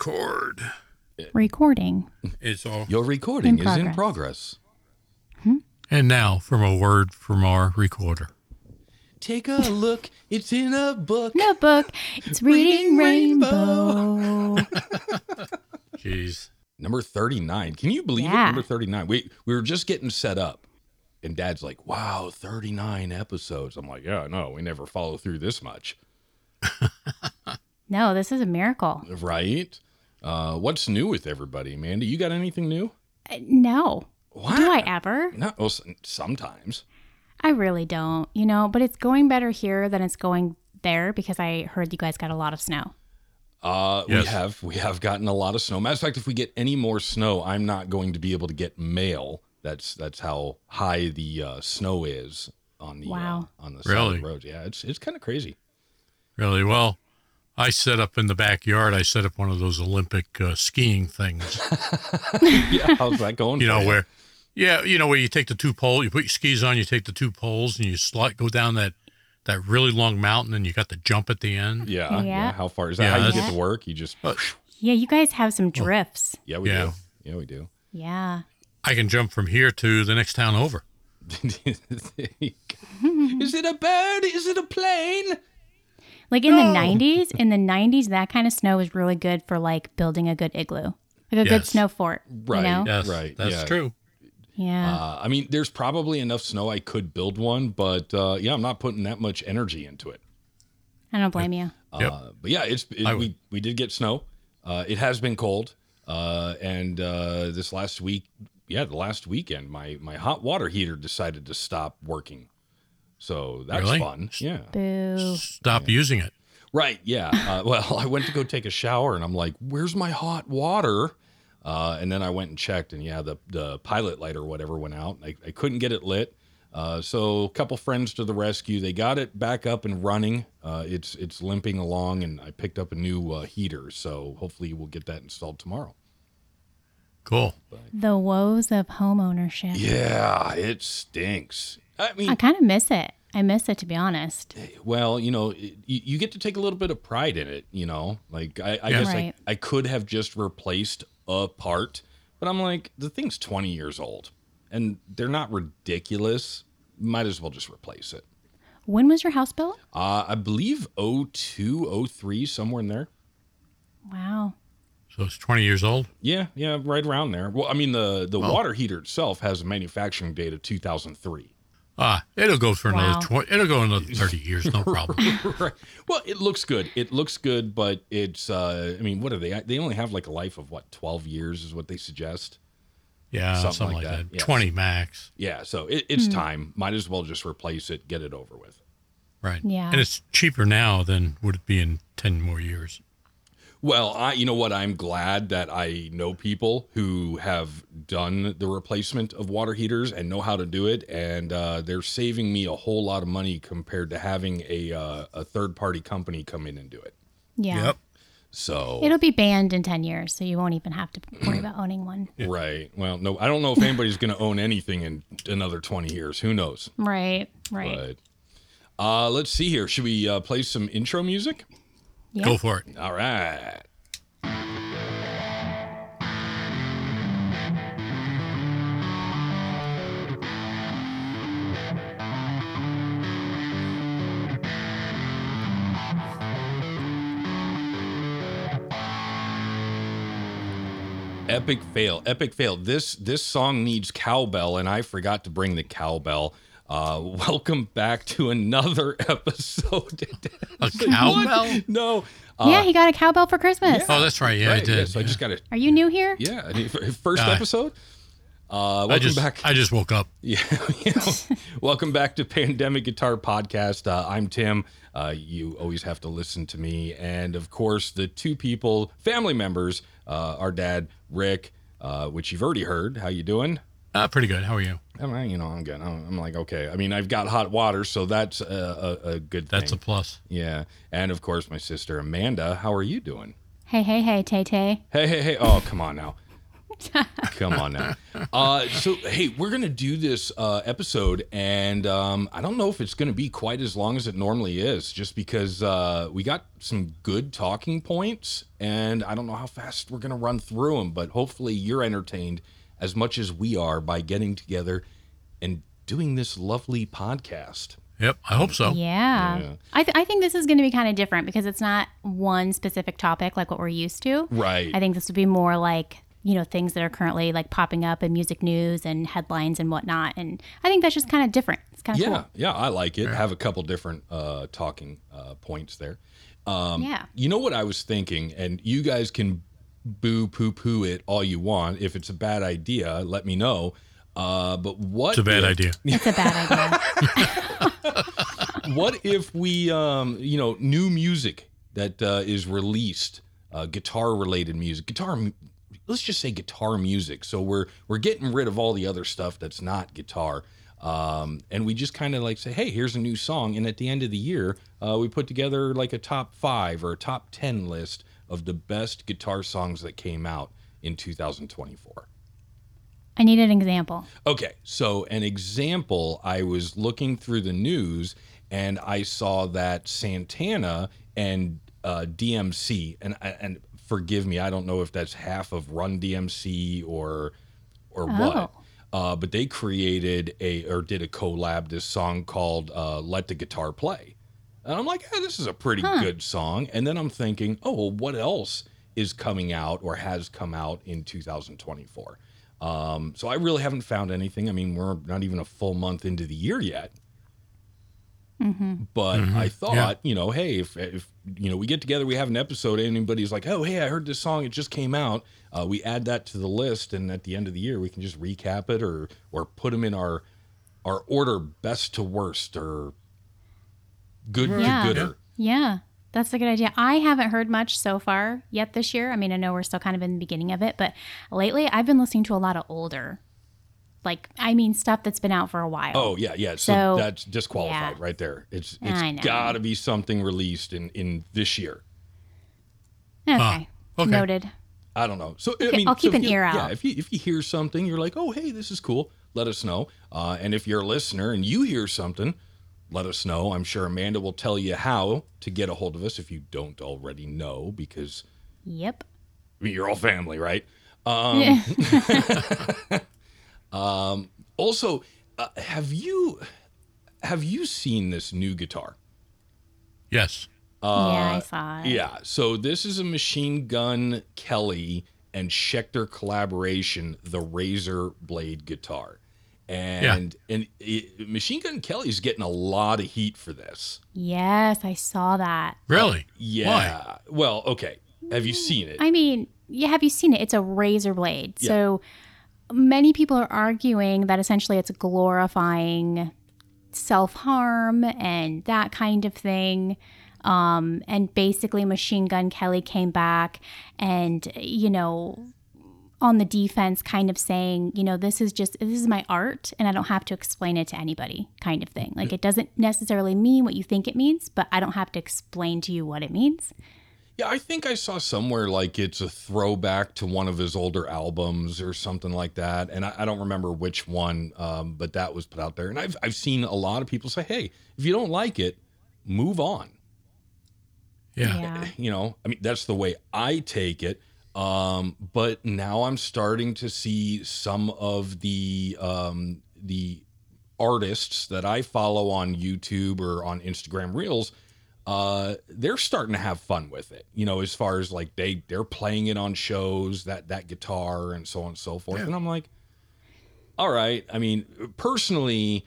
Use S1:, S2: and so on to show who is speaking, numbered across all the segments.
S1: Record.
S2: Recording.
S1: It's all.
S3: Your recording
S2: In
S3: is in
S2: progress.
S3: progress.
S1: And now from a word from our recorder.
S3: Take a look. It's in a book.
S2: No book. It's Reading
S3: Reading
S2: Rainbow.
S1: Jeez.
S3: Number 39. Can you believe
S2: Yeah.
S3: it? Number 39. We we were just getting set up. And dad's like, "Wow, 39 episodes." I'm like, "Yeah, no, we never follow through this much."
S2: no, this is a miracle.
S3: Right? Uh, what's new with everybody, Amanda? You got anything new?
S2: Uh, No.
S3: What?
S2: Do I ever?
S3: Not well, s- sometimes.
S2: I really don't, you know, but it's going better here than it's going there because I heard you guys got a lot of snow.
S3: Uh,
S1: Yes.
S3: We have we have gotten a lot of snow. Matter of fact, if we get any more snow, I'm not going to be able to get mail. That's that's how high the uh, snow is on the uh,
S2: Wow.
S3: on the side of
S1: Really?
S3: the road. Yeah, it's it's kind of crazy.
S1: Really well. I set up in the backyard. I set up one of those Olympic uh, skiing things.
S3: Yeah, how's that going?
S1: You
S3: for
S1: know where? Yeah, you know where you take the two pole. You put your skis on. You take the two poles and you slide go down that that really long mountain, and you got the jump at the end.
S3: Yeah,
S2: Yeah.
S3: yeah. How far is that?
S1: Yeah,
S3: how you
S1: that's- Oh,
S3: get to work? You just
S2: Yeah, you guys have
S3: Oh.
S2: some drifts.
S3: yeah, we
S1: Yeah.
S3: do. Yeah, we do.
S2: Yeah.
S1: I can jump from here to the next town over.
S3: is it a bird? Is it a plane?
S2: Like in the 90s, in the 90s, that kind of snow was really good for like building a good igloo, like a good
S1: Yes.
S2: snow fort.
S3: Right. Uh,
S2: You know?
S1: Yes,
S3: Right,
S1: That's
S3: yeah.
S1: true.
S2: Yeah.
S3: Uh, I mean, there's probably enough snow I could build one, but uh, yeah, I'm not putting that much energy into it.
S2: I don't blame you.
S1: Yep.
S3: Uh, but yeah, it's
S1: I
S3: it,
S1: would-
S3: we we did get snow. Uh, it has been cold, uh, and uh, this last week, yeah, the last weekend, my my hot water heater decided to stop working. So that's
S1: Really?
S3: fun. Yeah.
S2: Boo.
S1: Stop using it.
S3: Right. Yeah. Uh, well, I went to go take a shower, and I'm like, "Where's my hot water?" Uh, and then I went and checked, and yeah, the the pilot light or whatever went out. I, I couldn't get it lit. Uh, so a couple friends to the rescue. They got it back up and running. Uh, it's it's limping along, and I picked up a new uh, heater. So hopefully we'll get that installed tomorrow.
S1: Cool.
S2: The woes of home ownership.
S3: Yeah, it stinks. I mean,
S2: I kind of miss it. I miss it, to be honest.
S3: well, you know, it, you, you get to take a little bit of pride in it, you know. Like I, I guess
S2: Right.
S3: I, I could have just replaced a part, but I'm like, the thing's 20 years old, and they're not ridiculous. Might as well just replace it.
S2: When was your house built?
S3: Uh, I believe 02, 03, somewhere in there.
S2: Wow.
S1: So it's 20 years old.
S3: Yeah, yeah, right around there. Well, I mean, the the water heater itself has a manufacturing date of 2003.
S1: Ah, it'll go for
S2: Wow.
S1: another 20, it'll go another 30 years, no problem.
S3: right. Well, it looks good. It looks good, but it's. Uh, I mean, what are they? They only have like a life of what twelve years is what they suggest.
S1: Yeah, something, like that.
S3: yes.
S1: 20 max.
S3: Yeah, so it, it's time. Might as well just replace it, get it over with.
S1: Right.
S2: Yeah.
S1: And it's cheaper now than would it be in 10 more years.
S3: Well, I, you know what? I'm glad that I know people who have done the replacement of water heaters and know how to do it, and uh, they're saving me a whole lot of money compared to having a uh, a third party company come in and do it.
S2: Yeah.
S3: So
S2: It'll be banned in 10 years, so you won't even have to worry about owning one.
S3: Right. Well, no, I don't know if anybody's going to own anything in another 20 years. Who knows?
S2: Right. Right.
S3: But uh, let's see here. Should we uh, play some intro music?
S2: Yeah.
S1: Go for it.
S3: All right. Epic fail, epic fail. This this song needs cowbell, and I forgot to bring the cowbell. Uh, welcome back to another episode.
S1: A cowbell?
S3: no,
S2: yeah, he got a cowbell for Christmas.
S1: Oh, that's right. Yeah,
S3: right,
S1: I did.
S3: Uh, yeah, so I just got to
S2: Are you new here?
S3: yeah. I mean, f- First
S1: Uh,
S3: episode. Uh, welcome
S1: I just
S3: back.
S1: I just woke up.
S3: yeah, you know, welcome back to Pandemic Guitar Podcast. Uh, I'm Tim. Uh, you always have to listen to me, and of course, the two people, family members, uh, our dad Rick, uh, which you've already heard. How you doing?
S1: Uh, pretty good. How are you?
S3: I'm, I- you know, I'm good. I'm, I'm like okay. I mean, I've got hot water, so that's a, a, a good thing.
S1: That's a plus.
S3: yeah, and of course, my sister Amanda. How are you doing?
S2: Hey, hey, hey, Tay Tay.
S3: Hey, hey, hey! Oh, come on now. Come on now. Uh, so hey, we're gonna do this uh, episode, and um, I don't know if it's gonna be quite as long as it normally is, just because uh, we got some good talking points, and I don't know how fast we're gonna run through them. But hopefully, you're entertained as much as we are by getting together and doing this lovely podcast.
S1: Yep, I hope so.
S2: Yeah.
S3: Oh, Yeah.
S2: I, th- I think this is going to be kind of different because it's not one specific topic like what we're used to.
S3: Right.
S2: I think this would be more like, you know, things that are currently like popping up in music news and headlines and whatnot. And I think that's just kind of different. It's kind of
S3: Yeah, yeah, I like it. Have a couple different uh, talking uh, points there.
S2: cool. Yeah.
S3: You know what I was thinking, and you guys can boo poo poo it all you want. If it's a bad idea, let me know. Uh, but what
S1: It's a bad
S3: if-
S1: idea.
S2: It's a bad idea.
S3: What if we, um, you know, new music that uh, is released, uh, guitar related music, guitar. mu- Let's just say guitar music. So we're we're getting rid of all the other stuff that's not guitar, um, and we just kind of like say, hey, here's a new song. And at the end of the year, uh, we put together like a top five or a top ten list of the best guitar songs that came out in 2024.
S2: I need an example.
S3: Okay, so an example, I was looking through the news and I saw that Santana and uh, DMC, and uh, and forgive me, I don't know if that's half of Run DMC or or what, uh, but they created a or did a collab this song called uh, "Let the Guitar Play," and I'm like, "Eh, this is a pretty good song. And then I'm thinking, oh, well, what else is coming out or has come out in 2024? Um, so I really haven't found anything. I mean, we're not even a full month into the year yet.
S2: Mm-hmm.
S3: But I thought,
S1: Yeah.
S3: you know, hey, if, if you know we get together, we have an episode, and anybody's like, oh, hey, I heard this song, it just came out. Uh, we add that to the list, and at the end of the year, we can just recap it or or put them in our our order best to worst or good
S2: Yeah.
S3: to gooder.
S2: Yeah, that's a good idea. I haven't heard much so far yet this year. I mean, I know we're still kind of in the beginning of it, but lately I've been listening to a lot of older, like, I mean, stuff that's been out for a while.
S3: Oh yeah, yeah. So,
S2: So-
S3: that's disqualified
S2: yeah.
S3: right there. It's
S2: I
S3: it's
S2: know.
S3: got to be something released in in this year.
S2: okay.
S1: okay.
S2: Noted.
S3: I don't know. So I mean,
S2: I'll
S3: so
S2: keep
S3: if
S2: an
S3: you-
S2: ear
S3: Yeah,
S2: out.
S3: if you if you hear something, you're like, oh hey, this is cool. Let us know. Uh, and if you're a listener and you hear something, let us know. I'm sure Amanda will tell you how to get a hold of us if you don't already know because
S2: Yep.
S3: I mean, you're all family, right? Um,
S2: Yeah.
S3: Also, uh, have you have you seen this new guitar?
S1: Yes.
S2: yeah, I saw it.
S3: Uh, Yeah. So this is a Machine Gun Kelly and Schecter collaboration, the Razor Blade guitar. And and it, Machine Gun Kelly's getting a lot of heat for this.
S2: Yes, I saw that.
S1: Really?
S3: Yeah.
S1: Why?
S3: Well, okay. Have you seen it?
S2: I mean, yeah, have you seen it? It's a razor blade. So many people are arguing that essentially it's glorifying self harm and that kind of thing. Um, and basically, Machine Gun Kelly came back and, you know, on the defense, kind of saying, you know, this is just, this is my art and I don't have to explain it to anybody, kind of thing. Like, it doesn't necessarily mean what you think it means, but I don't have to explain to you what it means.
S3: Yeah, I think I saw somewhere like it's a throwback to one of his older albums or something like that, and I, I don't remember which one, um, but that was put out there. And I've I've seen a lot of people say, "Hey, if you don't like it, move on."
S1: Yeah.
S3: you know i mean that's the way i take it um but now i'm starting to see some of the um the artists that i follow on youtube or on instagram reels uh they're starting to have fun with it you know as far as like they they're playing it on shows that that guitar and so on and so forth and i'm like all right i mean personally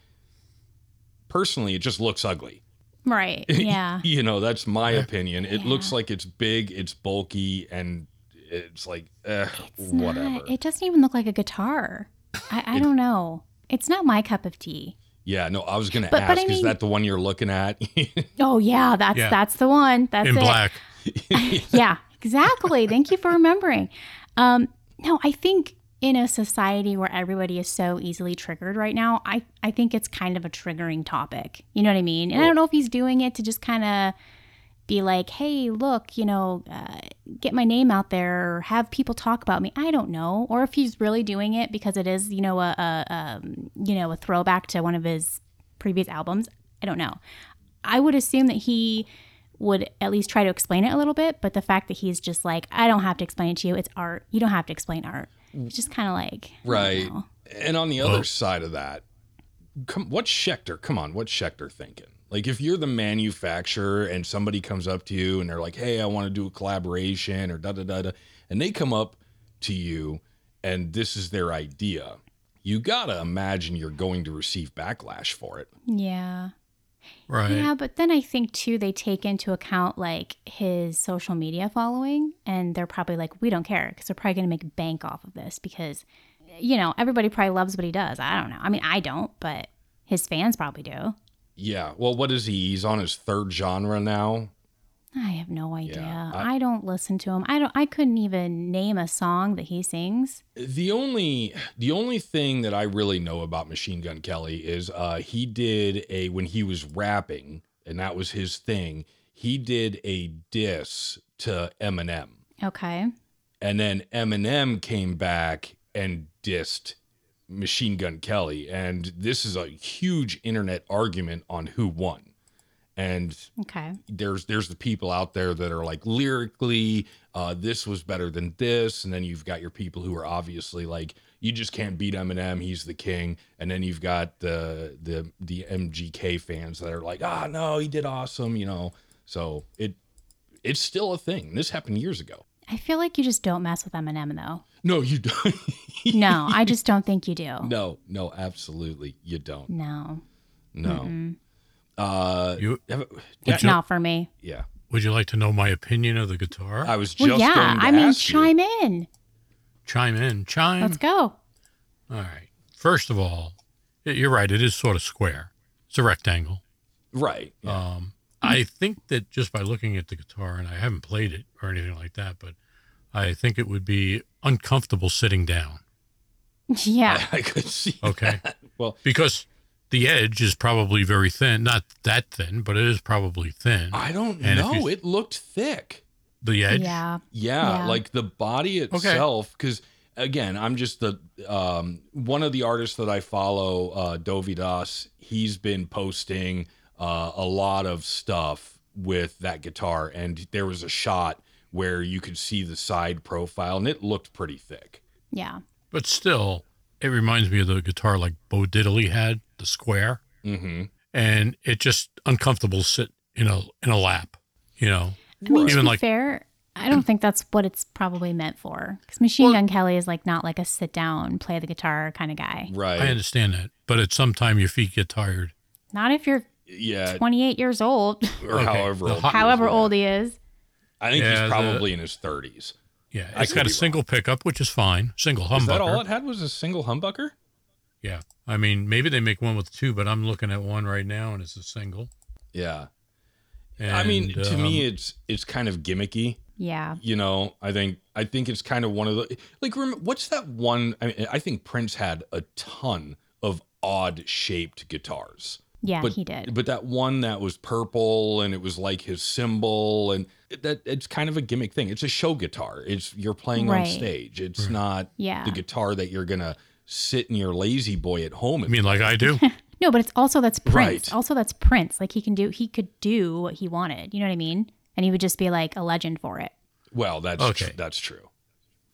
S3: personally it just looks ugly
S2: Right. Yeah.
S3: you know that's my opinion it looks like it's big it's bulky and it's like eh,
S2: It's
S3: whatever
S2: Not, it doesn't even look like a guitar. I, I don't know. It's not my cup of tea.
S3: yeah no i was gonna
S2: But-
S3: ask
S2: but I
S3: is
S2: mean-
S3: that the one you're looking at
S2: Oh yeah, that's
S1: Yeah.
S2: that's the one. That's
S1: In
S2: it.
S1: black.
S2: yeah, exactly. Thank you for remembering. Um, no, I think in a society where everybody is so easily triggered right now, I, I think it's kind of a triggering topic. You know what I mean? And I don't know if he's doing it to just kind of be like, hey, look, you know, uh, get my name out there or have people talk about me. I don't know. Or if he's really doing it because it is, you know, a, a um, you know, a throwback to one of his previous albums. I don't know. I would assume that he would at least try to explain it a little bit, but the fact that he's just like, I don't have to explain it to you. It's art. You don't have to explain art. It's just kind of like I don't
S3: Right.
S2: know.
S3: And on the other side of that, come what's Schecter? Come on, what's Schecter thinking? Like if you're the manufacturer and somebody comes up to you and they're like, "Hey, I want to do a collaboration or da da da da," and they come up to you and this is their idea, you gotta imagine you're going to receive backlash for it.
S2: Yeah.
S1: Right.
S2: Yeah, but then I think too they take into account like his social media following, and they're probably like, we don't care because they're probably going to make bank off of this because, you know, everybody probably loves what he does. I don't know. I mean, I don't, but his fans probably do.
S3: Yeah. Well, what is he? He's on his third genre now.
S2: I have no idea.
S3: I-
S2: I, don't listen to him. I don't. I couldn't even name a song that he sings.
S3: the only the only thing that I really know about Machine Gun Kelly is uh he did a when he was rapping and that was his thing. He did a diss to Eminem,
S2: Okay.
S3: and then Eminem came back and dissed Machine Gun Kelly, and this is a huge internet argument on who won. And
S2: Okay.
S3: there's there's the people out there that are like lyrically uh, this was better than this and then you've got your people who are obviously like you just can't beat Eminem he's the king and then you've got the the the MGK fans that are like ah no he did awesome you know so it it's still a thing this happened years ago
S2: I feel like you just don't mess with Eminem though.
S3: no you don't
S2: No, I just don't think you do.
S3: no no absolutely you don't
S2: No,
S3: no
S2: Mm-hmm.
S3: uh
S1: You-
S3: have-
S2: it's
S1: you-
S2: not for me.
S3: yeah
S1: Would you like to know my opinion of the guitar?
S3: I was just
S2: Well, yeah.
S3: going to
S2: I mean,
S3: ask you.
S2: chime in.
S1: chime in. Chime.
S2: Let's go.
S1: All right. First of all, y- you're right. It is sort of square. It's a rectangle.
S3: right yeah.
S2: Oh.
S1: Um, I think that just by looking at the guitar, and I haven't played it or anything like that, but I think it would be uncomfortable sitting down.
S2: Yeah.
S3: I, I could see
S1: Okay.
S3: Well-
S1: because the edge is probably very thin. Not that thin, but it is probably thin.
S3: I don't
S1: And if you-
S3: know. It looked thick.
S1: The edge.
S2: Yeah.
S3: Yeah,
S2: Yeah.
S3: like the body itself. Because again, I'm just the um, one of the artists that I follow, uh, Dovi Das. He's been posting uh, a lot of stuff with that guitar, and there was a shot where you could see the side profile, and it looked pretty thick.
S2: Yeah.
S1: But still, it reminds me of the guitar like Bo Diddley had, the square,
S3: Mm-hmm.
S1: and it just uncomfortable to sit in a in a lap. You know,
S2: I mean, to
S1: Even
S2: be
S1: like-
S2: fair, I don't think that's what it's probably meant for. Because Machine Gun Kelly is like not like a sit down, play the guitar kind of guy.
S3: Right.
S1: I understand that, but at some time your feet get tired.
S2: Not if you're
S3: yeah.
S2: 28 years old,
S3: Or
S1: Okay.
S3: however
S1: The
S3: old.
S1: hot-
S3: he is,
S2: however
S3: yeah.
S2: old he is.
S3: I think
S1: Yeah,
S3: he's
S1: the-
S3: probably in his 30s.
S1: Yeah,
S3: I
S1: it's
S3: could
S1: got
S3: be
S1: a single pickup, which is fine. Single humbucker.
S3: Is that all it had? Was a single humbucker?
S1: Yeah, I mean maybe they make one with two, but I'm looking at one right now and it's a single.
S3: Yeah. I mean,
S1: And,
S3: to me,
S1: um,
S3: it's it's kind of gimmicky.
S2: Yeah.
S3: You know, I think I think it's kind of one of the like. Rem- what's that one? I mean, I think Prince had a ton of odd shaped guitars,
S2: Yeah,
S3: but
S2: he did.
S3: But that one that was purple and it was like his symbol, and that it's kind of a gimmick thing. It's a show guitar. It's you're playing on
S2: Right.
S3: stage. It's not
S2: Yeah.
S3: the guitar that you're gonna sit in your lazy boy at home.
S1: I
S3: and
S1: mean, like I do.
S2: No, but it's also that's Prince.
S3: Right.
S2: Also that's Prince. Like he can do he could do what he wanted. You know what I mean? And he would just be like a legend for it.
S3: well, that's
S1: Okay.
S3: tr- that's true.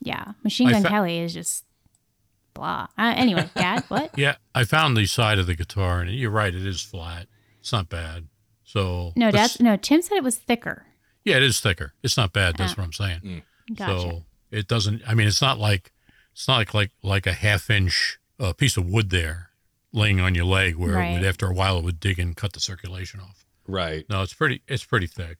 S2: Yeah. Machine
S1: I
S2: Gun
S1: fa-
S2: Kelly is just blah. Uh, anyway, Dad, what?
S1: yeah, I found the side of the guitar, and you're right, it is flat. It's not bad. So
S2: No,
S1: that's.
S2: Dad. No, Tim said it was thicker.
S1: Yeah, it is thicker. It's not bad. That's
S2: Ah.
S1: what I'm saying.
S2: Gotcha.
S1: So it doesn't. I mean, it's not like it's not like like like a half inch uh, piece of wood there laying on your leg where it
S2: Right.
S1: would after a while it would dig and cut the circulation off.
S3: Right.
S1: No, it's pretty. It's pretty thick.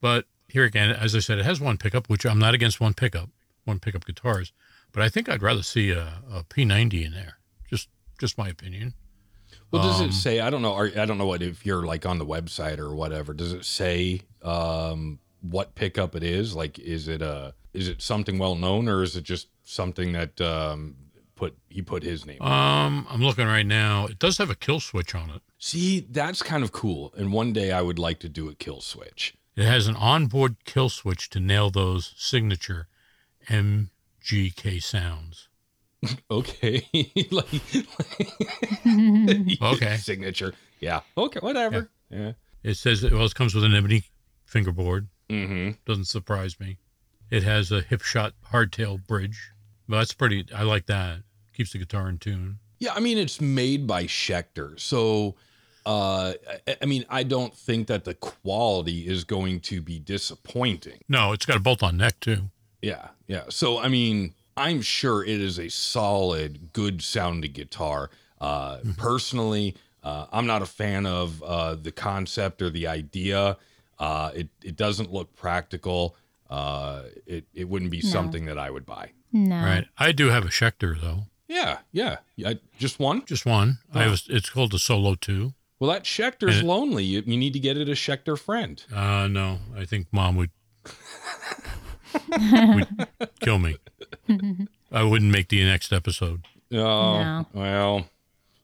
S1: But here again, as I said, it has one pickup, which I'm not against one pickup, one pickup guitars. But I think I'd rather see a, a P90 in there. Just just my opinion.
S3: Well, does
S1: Um,
S3: it say? I don't know. Are, I don't know what if you're like on the website or whatever. Does it say um, what pickup it is? Like, is it a is it something well known or is it just something that um, put he put his name? on?
S1: Um, I'm looking right now. It does have a kill switch on it.
S3: See, that's kind of cool. And one day I would like to do a kill switch.
S1: It has an onboard kill switch to nail those signature MGK sounds.
S3: Okay. like,
S1: Okay.
S3: Signature. Yeah. Okay. Whatever. Yeah.
S1: It says, well, it comes with an ebony fingerboard.
S3: Mm-hmm.
S1: Doesn't surprise me. It has a hip shot hardtail bridge. Well, that's pretty, I like that. Keeps the guitar in tune.
S3: Yeah, I mean it's made by Schecter, so uh, I, I mean I don't think that the quality is going to be disappointing.
S1: No, it's got a bolt on neck, too.
S3: Yeah, yeah. So I mean I'm sure it is a solid, good sounding guitar. Uh, personally, uh, I'm not a fan of uh, the concept or the idea. Uh, it it doesn't look practical. Uh, it it wouldn't be
S2: No.
S3: something that I would buy.
S2: No.
S1: Right. I do have a Schecter, though.
S3: Yeah, yeah, yeah. Just one.
S1: Just one. I
S3: Oh.
S1: have, a- it's called the Solo 2.
S3: Well, that Schecter's
S1: Yeah.
S3: lonely. You, you need to get it a Schecter friend.
S1: Uh, no, I think mom would, would kill me. I wouldn't make the next episode.
S3: Oh,
S2: No.
S3: well,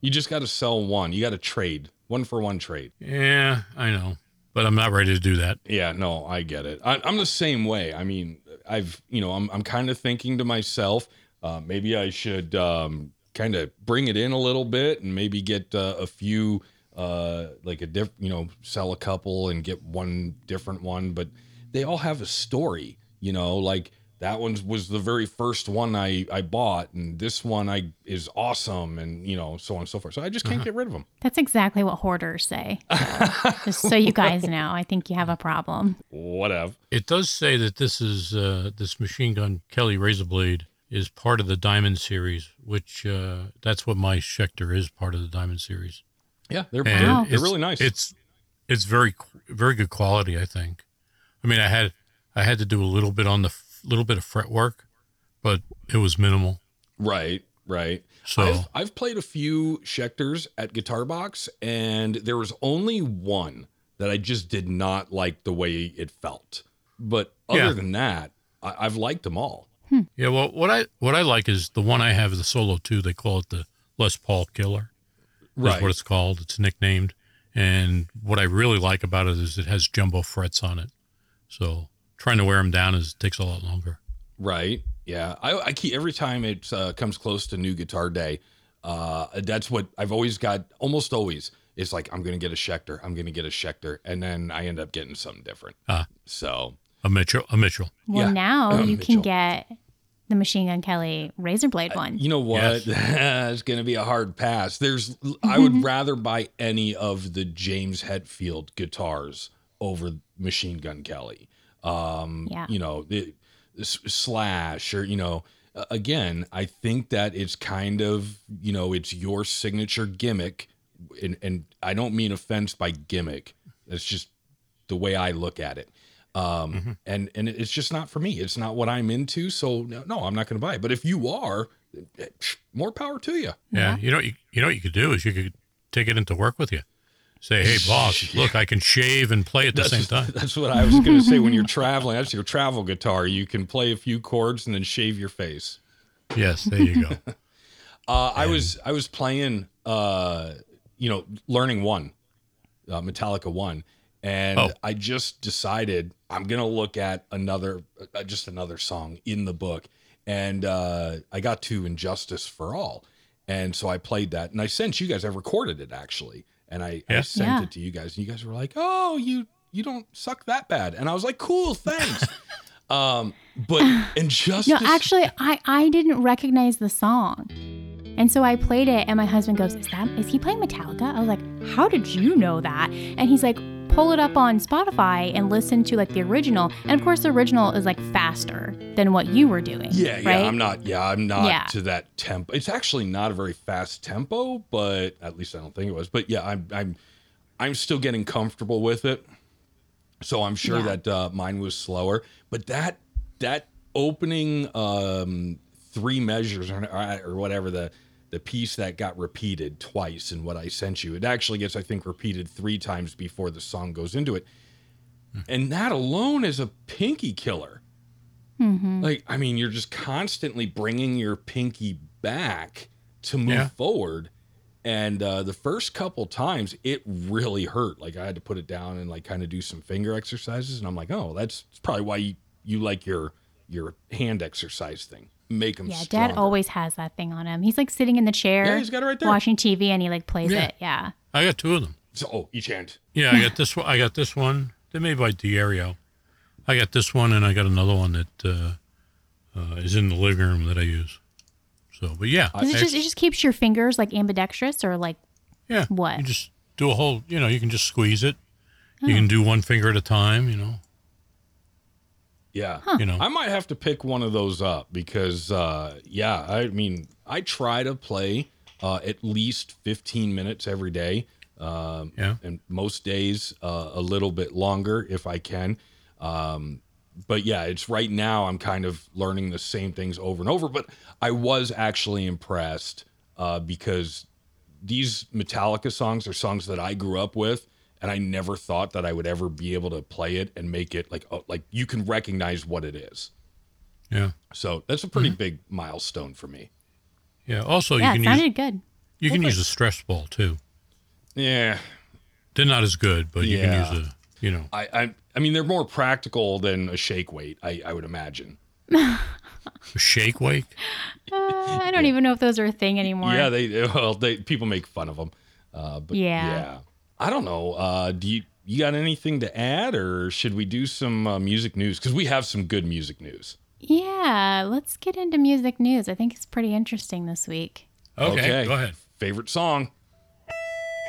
S3: you just got to sell one. You got to trade one for one trade.
S1: Yeah, I know, but I'm not ready to do that.
S3: Yeah, no, I get it. I, I'm the same way. I mean, I've, you know, I'm, I'm kind of thinking to myself, uh, maybe I should um, kind of bring it in a little bit and maybe get uh, a few, uh, like a diff, you know, sell a couple and get one different one. But they all have a story, you know, like that one was the very first one I, I bought and this one I is awesome and, you know, so on and so forth. So I just
S1: Uh-huh.
S3: can't get rid of them.
S2: That's exactly what hoarders say. So, just so you guys know, I think you have a problem.
S3: Whatever.
S1: It does say that this is uh, this machine gun Kelly Razorblade is part of the Diamond series, which uh, that's what my Schecter is part of the Diamond series.
S3: Yeah, they're,
S1: And
S3: they're, they're
S1: it's-
S3: really nice.
S1: It's it's very qu- very good quality, I think. I mean, I had I had to do a little bit on the f- little bit of fretwork, but it was minimal.
S3: right, right.
S1: So
S3: I've, I've played a few Schecters at Guitar Box, and there was only one that I just did not like the way it felt. But other
S1: Yeah.
S3: than that, I, I've liked them all.
S1: Yeah, well, what I what I like is the one I have, the Solo Two. They call it the Les Paul Killer. That's
S3: Right.
S1: what it's called. It's nicknamed. And what I really like about it is it has jumbo frets on it. So trying to wear them down is takes a lot longer.
S3: Right. Yeah. I, I keep every time it uh, comes close to New Guitar Day. Uh, that's what I've always got. Almost always, it's like I'm gonna get a Schecter. I'm gonna get a Schecter, and then I end up getting something different.
S1: Ah.
S3: So
S1: A Mitchell, a Mitchell.
S2: Well,
S3: Yeah.
S2: now
S3: Um,
S2: you can
S3: Mitchell.
S2: get the Machine Gun Kelly razor blade one.
S3: You know what? it's going to be a hard pass. There's, I would rather buy any of the James Hetfield guitars over Machine Gun Kelly. Um,
S2: Yeah.
S3: You know, the, the S- Slash or, you know, a- again, I think that it's kind of, you know, it's your signature gimmick. And, and I don't mean offense by gimmick. That's just the way I look at it. Um,
S1: Mm-hmm.
S3: and, and it's just not for me. It's not what I'm into. So no, no I'm not going to buy it. But if you are, eh, psh, more power to you.
S1: Yeah. You know, you, you know what you could do is you could take it into work with you. Say, hey, boss, look, I can shave and play at the same time.
S3: That's what I was going to say. When you're traveling, that's your travel guitar. You can play a few chords and then shave your face.
S1: Yes, there you go.
S3: Uh, I was I was playing, uh, you know, learning one, uh, Metallica one, and
S1: Oh.
S3: I just decided I'm gonna look at another, uh, just another song in the book, and uh, I got to Injustice for All, and so I played that, and I sent you guys. I recorded it actually, and I, I
S1: Yeah.
S3: sent
S2: Yeah.
S3: it to you guys, and you guys were like, "Oh, you you don't suck that bad," and I was like, "Cool, thanks." um, but Injustice,
S2: No, actually, I, I didn't recognize the song. And so I played it, and my husband goes, Is that is he playing Metallica? I was like, How did you know that? And he's like, Pull it up on Spotify and listen to like the original. And of course, the original is like faster than what you were doing.
S3: Yeah,
S2: right?
S3: yeah, I'm not. Yeah, I'm not
S2: Yeah.
S3: to that tempo. It's actually not a very fast tempo, but at least I don't think it was. But yeah, I'm I'm I'm still getting comfortable with it. So I'm sure
S2: Yeah.
S3: that uh, mine was slower, but that that opening um, three measures or, or whatever the the piece that got repeated twice in what I sent you, it actually gets I think repeated three times before the song goes into it, and that alone is a pinky killer.
S2: Mm-hmm.
S3: Like, I mean, you're just constantly bringing your pinky back to move
S1: Yeah.
S3: forward. And uh, the first couple times, it really hurt. Like I had to put it down and like kind of do some finger exercises. And I'm like, oh, that's probably why you, you like your your hand exercise thing. Make them.
S2: Yeah, Dad always has that thing on him. He's like sitting in the chair,
S3: Yeah, he's got it right there.
S2: watching TV, and he like plays
S1: Yeah.
S2: it. Yeah,
S1: I got two of them.
S3: So, oh, each hand.
S1: Yeah, I got this one. I got this one. They made by Diario. I got this one, and I got another one that uh, uh, is in the living room that I use. So, but yeah,
S2: Does it
S1: I-
S2: just it just keeps your fingers like ambidextrous or like
S1: yeah.
S2: what? Oh.
S1: You just do a whole. You know, you can just squeeze it. You can do one finger at a time. You know.
S3: Yeah.
S1: You know.
S3: I might have to pick one of those up because, uh, yeah, I mean, I try to play uh, at least 15 minutes every day. Um,
S1: Yeah.
S3: And most days, uh, a little bit longer if I can. Um, but yeah, it's right now I'm kind of learning the same things over and over. But I was actually impressed uh, because these Metallica songs are songs that I grew up with, and I never thought that I would ever be able to play it and make it like oh, like you can recognize what it is.
S1: Yeah.
S3: So that's a pretty big milestone for me.
S1: Yeah. Also,
S2: yeah,
S1: you can
S2: it sounded
S1: use
S2: good.
S1: you can use a stress ball too.
S3: Yeah,
S1: They're not as good, but you
S3: Yeah.
S1: can use a. You know.
S3: I, I I mean they're more practical than a shake weight. I I would imagine.
S1: A shake wake.
S2: Uh, I don't even know if those are a thing anymore.
S3: Yeah, they well they people make fun of them. Uh, but yeah.
S2: Yeah.
S3: I don't know. Uh, do you you got anything to add, or should we do some uh, music news? Because we have some good music news.
S2: Yeah, let's get into music news. I think it's pretty interesting this week.
S1: Okay, Go ahead.
S3: Favorite song.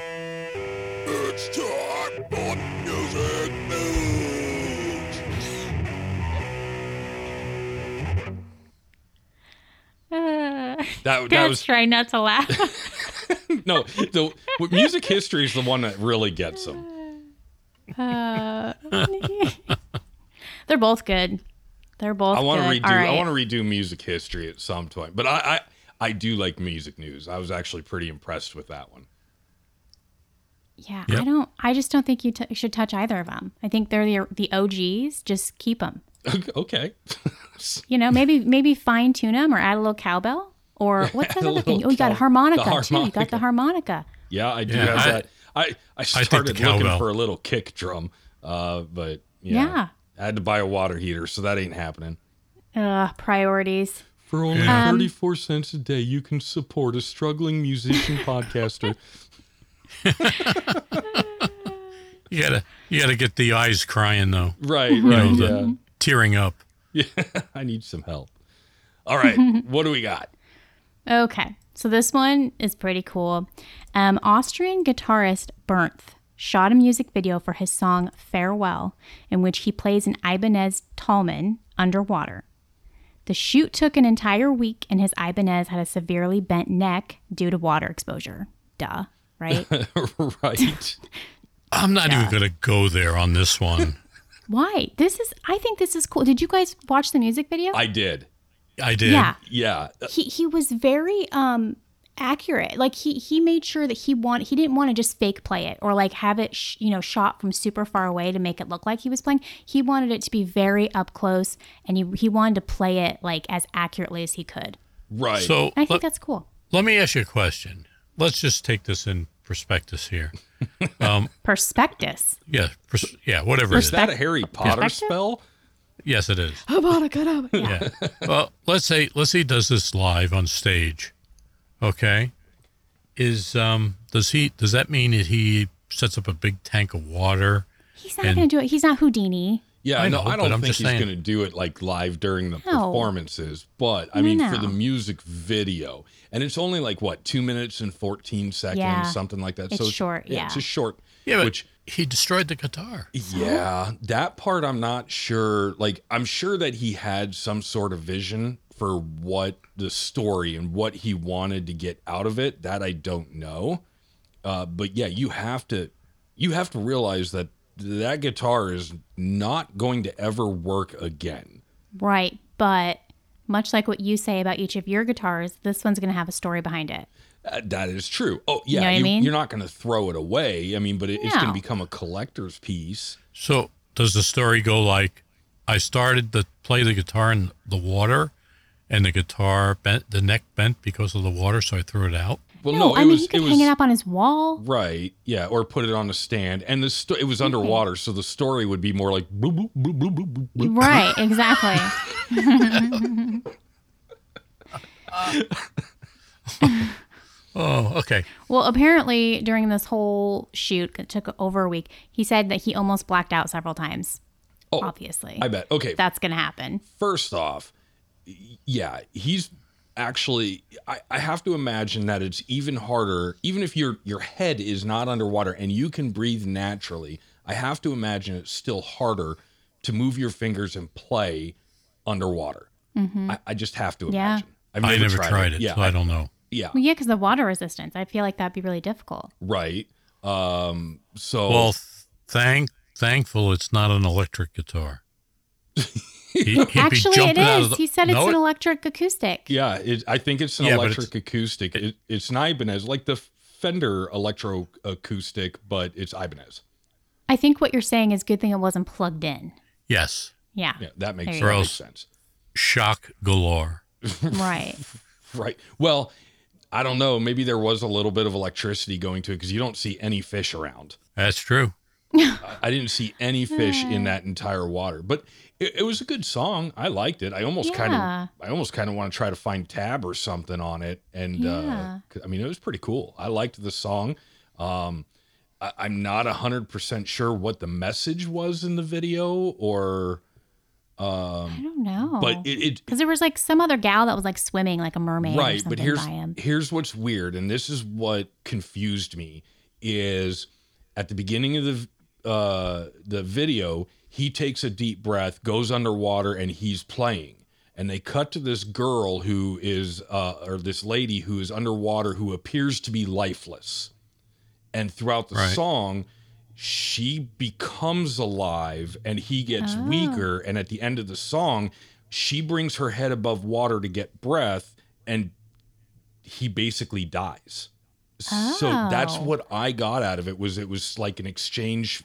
S4: It's time for music news.
S2: Uh,
S3: That, that
S2: Dad's
S3: was
S2: trying not to laugh.
S3: no, the what- music history is the one that really gets them.
S2: Uh, they're both good. They're both.
S3: I want to
S2: good.
S3: redo.
S2: All right.
S3: I want to redo music history at some point, but I, I I do like music news. I was actually pretty impressed with that one.
S2: Yeah,
S1: Yep.
S2: I don't. I just don't think you t- should touch either of them. I think they're the the OGs. Just keep them.
S3: okay,
S2: You know, maybe maybe fine tune them or add a little cowbell or what's that
S3: a
S2: other thing?
S3: little
S2: Oh, you got
S3: cow-
S2: a harmonica,
S3: the
S2: too. You got the harmonica.
S3: yeah, I do
S1: Yeah,
S3: have
S1: I-
S3: that. I I
S1: the
S3: started looking
S1: cowbell.
S3: for a little kick drum, uh, but yeah,
S2: Yeah.
S3: I had to buy a water heater, so that ain't happening.
S2: Ugh, priorities.
S3: For only
S1: Yeah.
S2: Um,
S3: 34 cents a day, you can support a struggling musician podcaster.
S1: You gotta you gotta get the eyes crying though,
S3: Right, right.
S1: the-
S3: Yeah.
S1: tearing up.
S3: I need some help. All right, what do we got?
S2: Okay, so this one is pretty cool. Um, Austrian guitarist Bernth shot a music video for his song Farewell, in which he plays an Ibanez Tallman underwater. The shoot took an entire week, and his Ibanez had a severely bent neck due to water exposure. Duh, right?
S3: right.
S1: I'm not even gonna go there on this one.
S2: Why? This is, I think this is cool. Did you guys watch the music video?
S3: I did.
S1: I did.
S2: yeah.
S3: Yeah. uh,
S2: he he was very um accurate like he he made sure that he want he didn't want to just fake play it or like have it sh- you know shot from super far away to make it look like he was playing he wanted it to be very up close and he he wanted to play it like as accurately as he could
S3: Right.
S1: So
S2: and i think
S1: let,
S2: that's cool
S1: let me ask you a question. Let's just take this in prospectus here.
S2: perspectus
S1: Yeah, pers- yeah, whatever it
S3: is
S1: is.
S3: that a Harry Potter spell?
S1: Yes, it is.
S2: yeah.
S1: Yeah. well, let's say let's say he does this live on stage. Okay. Is um does he does that mean that he sets up a big tank of water?
S2: he's not gonna do it he's not houdini
S3: Yeah,
S1: I know,
S3: no, I
S1: but
S3: don't
S1: I'm
S3: think he's
S1: just saying.
S3: going to do it like live during the
S2: No.
S3: performances, but I
S2: No,
S3: mean for
S2: no.
S3: the music video, and it's only like what two minutes and fourteen seconds,
S2: Yeah.
S3: something like that. so
S2: It's short,
S3: it's
S2: yeah.
S3: a short.
S1: Yeah, but
S3: which
S1: he destroyed the guitar.
S3: Yeah, that part I'm not sure. Like, I'm sure that he had some sort of vision for what the story and what he wanted to get out of it. That I don't know. Uh, but yeah, you have to you have to realize that that guitar is not going to ever work again.
S2: right but much like what you say about each of your guitars this one's gonna have a story behind it
S3: Uh, that is true. Oh yeah,
S2: know what I
S3: you,
S2: mean?
S3: are not going to throw it away. I mean, but it, it's going to
S2: No.
S3: become a collector's piece.
S1: So does the story go like I started to play the guitar in the water and the guitar bent the neck bent because of the water, so I threw it out?
S3: Well,
S2: no,
S3: no,
S2: I
S3: it
S2: mean
S3: was
S2: he could
S3: it was
S2: hang it up on his wall.
S3: right, yeah, or put it on a stand, and the sto- it was underwater, so the story would be more like bloop, bloop, bloop, bloop, bloop, bloop, bloop.
S2: Right, exactly.
S1: Oh, okay.
S2: well, apparently during this whole shoot, it took over a week. He said that he almost blacked out several times.
S3: Oh,
S2: obviously,
S3: I bet. Okay,
S2: that's gonna happen.
S3: first off, y- yeah, he's actually I, I have to imagine that it's even harder, even if your your head is not underwater and you can breathe naturally, I have to imagine it's still harder to move your fingers and play underwater. I, I just have to
S2: Yeah.
S3: imagine. I've
S1: I never tried it,
S3: Yeah,
S1: so I don't know.
S3: yeah,
S2: Well, yeah, because the water resistance. I feel like that'd be really difficult.
S3: right. Um, so
S1: Well, th- thank thankful it's not an electric guitar. He, would
S2: Actually, it is. he said it's
S1: no,
S2: an
S1: it-
S2: electric acoustic.
S3: yeah, it, I think it's an
S1: Yeah, but
S3: electric acoustic. It, it's an Ibanez, like the Fender electro acoustic, but it's Ibanez.
S2: I think what you're saying is good thing it wasn't plugged in.
S1: Yes,
S2: Yeah,
S3: Yeah, that makes,
S2: There
S1: you
S3: that
S1: go.
S3: makes sense.
S1: shock galore.
S2: right.
S3: Right. Well, I don't know. Maybe there was a little bit of electricity going to it because you don't see any fish around.
S1: That's true.
S3: I- I didn't see any fish
S2: Hmm.
S3: in that entire water, but it, it was a good song. I liked it. I almost kind
S2: Yeah.
S3: of, I almost kind of want to try to find tab or something on it. And
S2: Yeah.
S3: uh, 'cause- I mean, it was pretty cool. I liked the song. Um, I, I'm not a hundred percent sure what the message was in the video or,
S2: I
S3: um,
S2: don't know.
S3: but it, it,
S2: Because there was like some other gal that was like swimming like a mermaid. or
S3: right but
S2: something
S3: here's
S2: by him.
S3: here's what's weird and this is what confused me is at the beginning of the uh the video he takes a deep breath goes underwater and he's playing and they cut to this girl who is uh or this lady who is underwater who appears to be lifeless and throughout the
S1: Right.
S3: song she becomes alive and he gets
S2: Oh.
S3: weaker and at the end of the song she brings her head above water to get breath and he basically dies so that's
S2: Oh.
S3: what i got out of it was it was like an exchange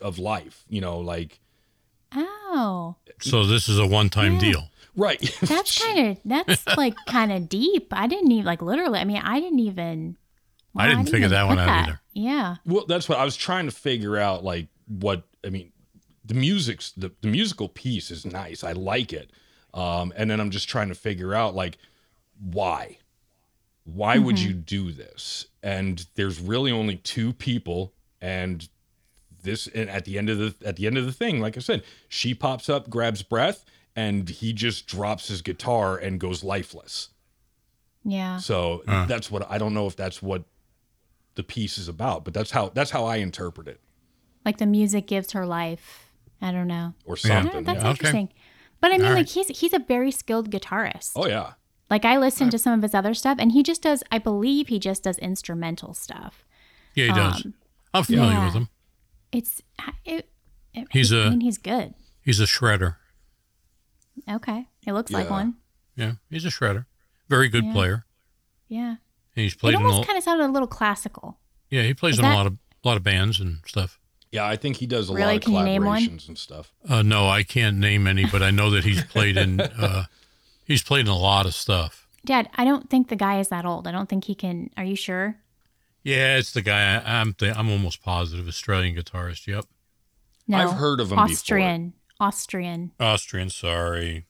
S3: of life you know like
S2: Oh,
S1: So this is a one-time
S2: Yeah.
S1: deal.
S3: right
S2: that's kind of that's like kind of deep. I didn't even like literally. I mean, I didn't even.
S1: I didn't figure
S2: even
S1: that one
S2: put
S1: out either.
S2: Yeah.
S3: Well, that's what I was trying to figure out. Like, what I mean, the music's the, the musical piece is nice. I like it. Um, and then I'm just trying to figure out like why, why would you do this? And there's really only two people, and this and at the end of the at the end of the thing, like I said, she pops up, grabs breath, and he just drops his guitar and goes lifeless.
S2: Yeah.
S3: So
S1: Huh.
S3: that's what I don't know if that's what the piece is about, but that's how that's how I interpret it.
S2: Like the music gives her life. I don't know.
S3: or
S1: Yeah.
S2: I don't know,
S3: something. Yeah.
S2: that's
S1: yeah. Okay.
S2: interesting. But I mean,
S1: All
S2: like
S1: right.
S2: he's he's a very skilled guitarist.
S3: Oh yeah.
S2: Like I listened to some of his other stuff, and he just does. I believe he just does instrumental stuff.
S1: Yeah, he does.
S2: Um,
S1: I'm familiar
S2: yeah.
S1: with him.
S2: It's it. it
S1: He's
S2: I
S1: a-
S2: mean, he's good.
S1: He's a shredder.
S2: Okay, it looks like
S3: Yeah.
S2: one.
S1: Yeah, he's a shredder. Very good
S2: Yeah.
S1: player.
S2: Yeah.
S1: And he's
S2: It
S1: played in a,
S2: almost
S1: lo-
S2: kind of sounded a little classical.
S1: yeah, he plays
S2: is
S1: in
S2: that-
S1: a lot of a lot of bands and stuff.
S3: Yeah, I think he does a
S2: Really?
S3: lot of
S2: Can you name one?
S3: collaborations and stuff.
S1: Uh, no, I can't name any, but I know that he's played in uh, he's played in a lot of stuff.
S2: Dad, I don't think the guy is that old. I don't think he can. Are you sure?
S1: Yeah, it's the guy. I, I'm th- I'm almost positive Australian guitarist. Yep,
S2: No.
S3: I've heard of him before.
S2: Austrian. Austrian.
S1: Austrian. Sorry,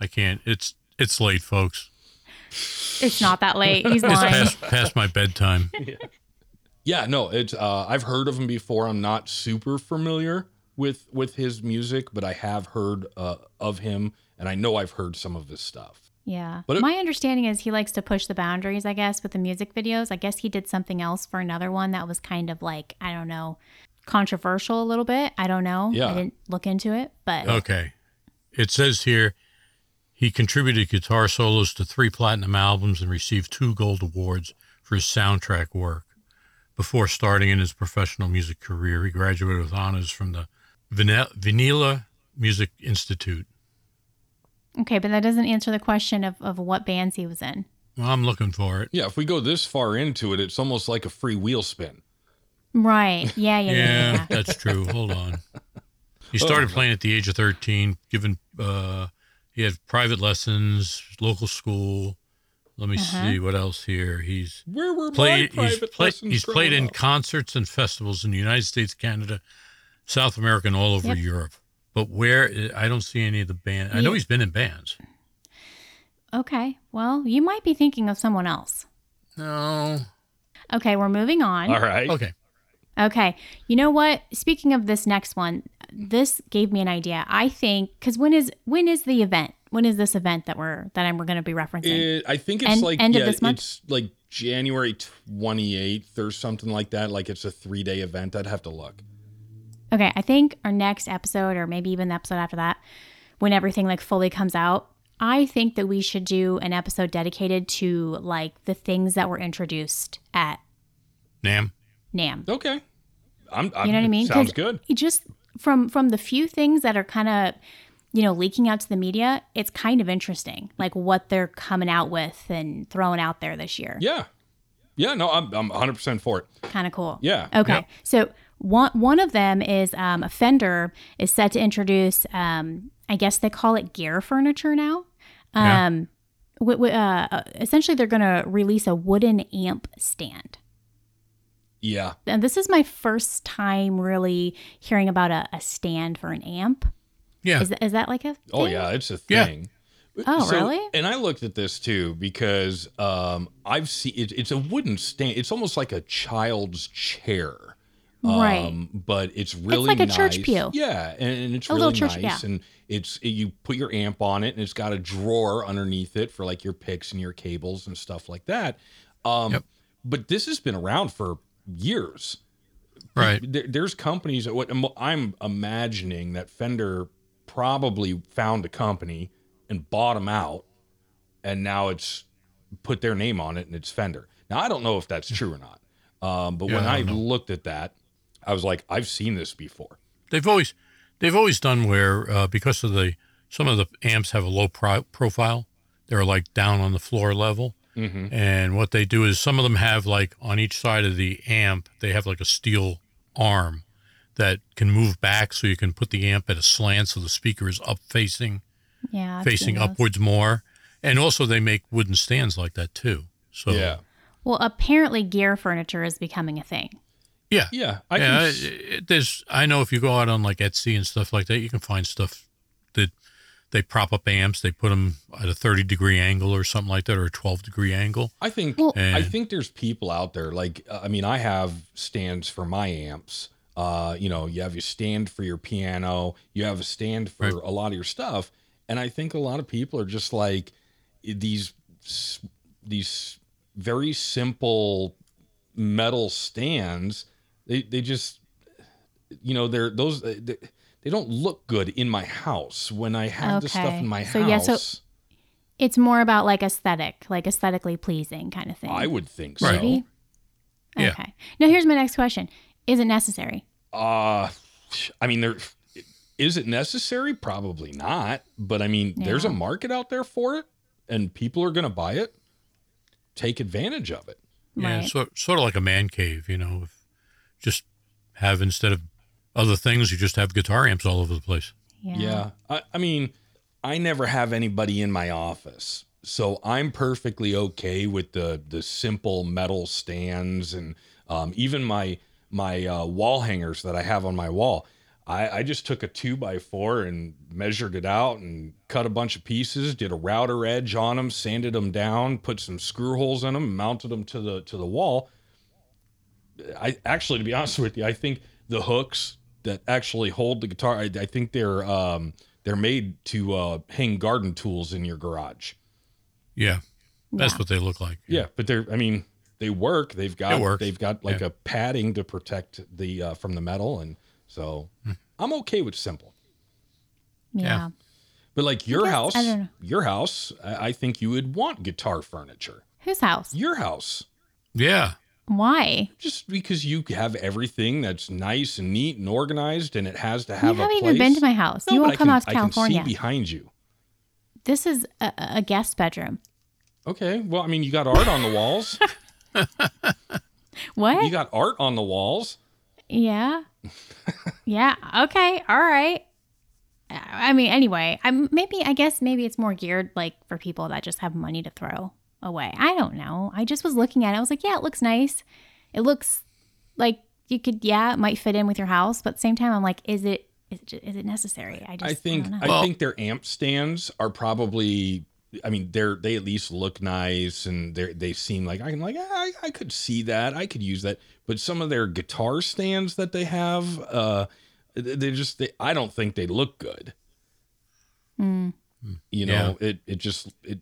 S1: I can't. It's it's late, folks.
S2: It's not that late. He's
S1: It's
S2: lying.
S1: past past my bedtime.
S3: Yeah, no, it's uh, I've heard of him before. I'm not super familiar with with his music, but I have heard uh, of him, and I know I've heard some of his stuff.
S2: Yeah.
S3: But it-
S2: My understanding is he likes to push the boundaries, I guess, with the music videos. I guess he did something else for another one that was kind of like, I don't know, controversial a little bit. I don't know.
S3: Yeah. Oh.
S2: I didn't look into it, but
S1: Okay, it says here he contributed guitar solos to three platinum albums and received two gold awards for his soundtrack work. Before starting in his professional music career, he graduated with honors from the Vine- Vanilla Music Institute.
S2: okay, but that doesn't answer the question of, of what bands he was in.
S1: Well, I'm looking for it.
S3: Yeah, if we go this far into it, it's almost like a free wheel spin.
S2: Right. Yeah. Yeah. yeah. yeah,
S1: Yeah,
S2: yeah.
S1: that's true. Hold on. He started playing at the age of 13, given uh, he had private lessons, local school, Let me see what else here. He's
S3: Where were
S1: played.
S3: my
S1: He's,
S3: private
S1: play,
S3: lessons
S1: he's played in
S3: growing up?
S1: concerts and festivals in the United States, Canada, South America, and all over
S2: Yep.
S1: Europe. But where I don't see any of the band. I know
S2: Me-
S1: he's been in bands.
S2: Okay. Well, you might be thinking of someone else.
S1: No.
S2: Okay, we're moving on.
S3: All right.
S1: Okay.
S2: Okay. You know what? Speaking of this next one, this gave me an idea. I think because when is when is the event? When is this event that we're that I'm, we're going to be referencing?
S3: It, I think it's
S2: End-
S3: like
S2: end of
S3: yeah,
S2: this month?
S3: it's like January 28th or something like that. Like it's a three day event. I'd have to look.
S2: okay. I think our next episode, or maybe even the episode after that, when everything like fully comes out, I think that we should do an episode dedicated to like the things that were introduced at
S1: Nam.
S2: Nam.
S3: Okay. I'm, I'm,
S2: You know what I mean? 'Cause
S3: Sounds good.
S2: It just from from the few things that are kind of you know leaking out to the media, it's kind of interesting, like what they're coming out with and throwing out there this year.
S3: Yeah. Yeah. No, I'm, I'm 100% for it.
S2: Kind of cool.
S3: Yeah.
S2: Okay.
S1: Yep.
S2: So one one of them is um, a Fender is set to introduce. Um, I guess they call it gear furniture now.
S1: Yeah.
S2: Um, wi- wi- uh, essentially, they're going to release a wooden amp stand.
S3: Yeah.
S2: And this is my first time really hearing about a, a stand for an amp.
S1: Yeah.
S2: Is, is that like a?
S3: Oh
S2: thing?
S3: yeah, it's a
S1: Yeah.
S3: thing.
S2: Oh, really?
S3: And I looked at this too because um, I've seen it, it's a wooden stand. It's almost like a child's chair,
S2: Right.
S3: Um, but it's really
S2: like a
S3: nice.
S2: church pew.
S3: Yeah, and, and it's
S2: A little
S3: really
S2: church-
S3: nice.
S2: yeah.
S3: And it's you put your amp on it, and it's got a drawer underneath it for like your picks and your cables and stuff like that. Um,
S1: Yep.
S3: But this has been around for years
S1: right.
S3: there, there's companies that what I'm imagining that Fender probably found a company and bought them out, and now it's put their name on it and it's Fender. Now I don't know if that's true or not, um, but
S1: Yeah,
S3: when
S1: I
S3: I,
S1: don't know.
S3: looked at that, I was like, I've seen this before.
S1: They've always they've always done where uh, because of the some of the amps have a low pro- profile. They're like down on the floor level.
S3: Mm-hmm.
S1: And what they do is some of them have like on each side of the amp, they have like a steel arm that can move back so you can put the amp at a slant so the speaker is up facing
S2: Yeah. I've
S1: facing
S2: seen those.
S1: upwards more. And also they make wooden stands like that too. So
S3: Yeah,
S2: Well, apparently, gear furniture is becoming a thing.
S1: Yeah.
S3: yeah. I
S1: yeah,
S3: can,
S1: I-
S3: s-
S1: it- there's. I know if you go out on like Etsy and stuff like that, you can find stuff that they prop up amps. They put them at a 30 degree angle or something like that, or a 12 degree angle.
S3: I think
S2: Well-
S3: I
S1: And-
S3: think there's people out there like uh, I mean I have stands for my amps. Uh, you know, you have your stand for your piano, you have a stand for
S1: Right.
S3: a lot of your stuff, and I think a lot of people are just like eh, these s- these very simple metal stands. They they just you know they're those eh, they, they don't look good in my house when I have this stuff
S2: Okay.
S3: in my
S2: So,
S3: house.
S2: yeah, so- It's more about like aesthetic, like aesthetically pleasing kind of thing.
S3: I would think
S1: Right.
S3: so.
S2: Maybe?
S1: Yeah.
S2: Okay. Now, here's my next question Is it necessary?
S3: Uh I mean there is it necessary? Probably not, but I mean there's a
S2: Yeah.
S3: market out there for it and people are going to buy it. Take advantage of it.
S1: Yeah,
S2: Right.
S1: so, sort of like a man cave, you know. If just have instead of other things, you just have guitar amps all over the place.
S2: yeah.
S3: Yeah. I, I mean, I never have anybody in my office. So I'm perfectly okay with the the simple metal stands and um, even my my uh, wall hangers that I have on my wall. I, I just took a two by four and measured it out and cut a bunch of pieces, did a router edge on them, sanded them down, put some screw holes in them, mounted them to the to the wall. I actually, to be honest with you, I think the hooks that actually hold the guitar, I, I think they're um, they're made to uh, hang garden tools in your garage.
S1: Yeah, that's
S2: Yeah.
S1: what they look like.
S3: Yeah, but they're, I mean, they work. They've got
S1: It works.
S3: they've got like
S1: Yeah.
S3: a padding to protect the uh, from the metal, and so
S1: Hmm.
S3: I'm okay with simple.
S1: Yeah.
S2: Yeah.
S3: But like your
S2: guess-
S3: house,
S2: I don't know.
S3: your house, I, I think you would want guitar furniture.
S2: Whose house?
S3: Your house,
S1: Yeah,
S2: Why?
S3: just because you have everything that's nice and neat and organized, and it has to
S2: You
S3: have.
S2: haven't
S3: a
S2: even been
S3: place.
S2: to my house.
S3: No,
S2: you
S3: but
S2: all
S3: I
S2: come
S3: can-
S2: out to California.
S3: I can see behind you.
S2: this is a, a guest bedroom.
S3: Okay. Well, I mean, you got art on the walls.
S2: What?
S3: you got art on the walls.
S2: Yeah. yeah. Okay. All right. I I mean, anyway, I'm maybe I guess maybe it's more geared like for people that just have money to throw away. I don't know. I just was looking at it. I was like, yeah, it looks nice. It looks like you could, yeah, it might fit in with your house, but at the same time, I'm like, is it is it, is it necessary? I just
S3: I think
S2: don't know.
S3: I,
S1: Well-
S3: think their amp stands are probably. I mean, they're they at least look nice, and they they seem like I can like I, I could see that I could use that. But some of their guitar stands that they have, uh, they they just they, I don't think they look good.
S2: Mm.
S3: You know, it it just it.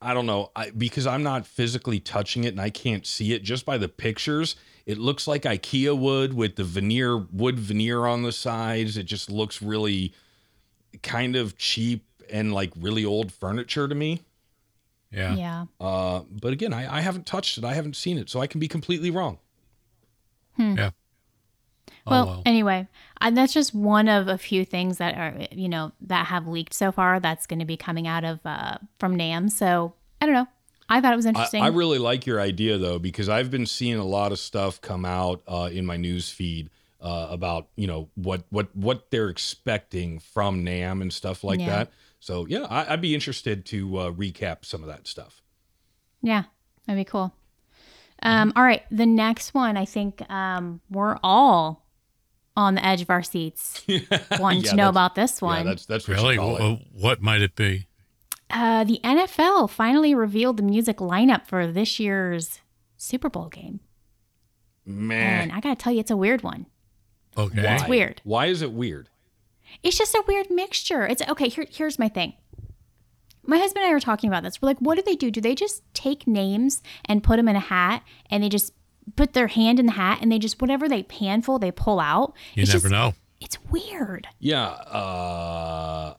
S3: I don't know I, because I'm not physically touching it and I can't see it. Just by the pictures, it looks like IKEA wood with the veneer wood veneer on the sides. It just looks really kind of cheap and like really old furniture to me.
S1: Yeah.
S2: yeah.
S3: Uh, but again, I, I haven't touched it. I haven't seen it, so I can be completely wrong.
S1: Oh,
S2: well,
S1: well.
S2: anyway, and that's just one of a few things that are you know that have leaked so far. That's going to be coming out of uh, from Nam. So I don't know. I thought it was
S3: I,
S2: interesting.
S3: I really like your idea though because I've been seeing a lot of stuff come out uh, in my news feed uh, about you know what what what they're expecting from Nam and stuff like
S2: Yeah.
S3: that. So yeah, I, I'd be interested to uh, recap some of that stuff.
S2: yeah, that'd be cool. Um, all right, the next one. I think um, we're all on the edge of our seats wanting
S3: Yeah,
S2: to know
S3: that's-
S2: about this
S3: Yeah,
S2: one.
S3: that's that's what you
S1: really?
S3: call it.
S1: What, what might it be?
S2: uh, the NFL finally revealed the music lineup for this year's Super Bowl game,
S3: Man,
S2: and I gotta tell you, it's a weird one.
S1: Okay.
S3: why?
S2: It's weird.
S3: Why is it weird?
S2: It's just a weird mixture. It's okay. Here, here's my thing. My husband and I were talking about this. We're like, what do they do? Do they just take names and put them in a hat and they just put their hand in the hat and they just whatever they pan for, they pull out?
S1: You
S2: it's
S1: never
S2: just,
S1: know.
S2: It's weird.
S3: Yeah, uh,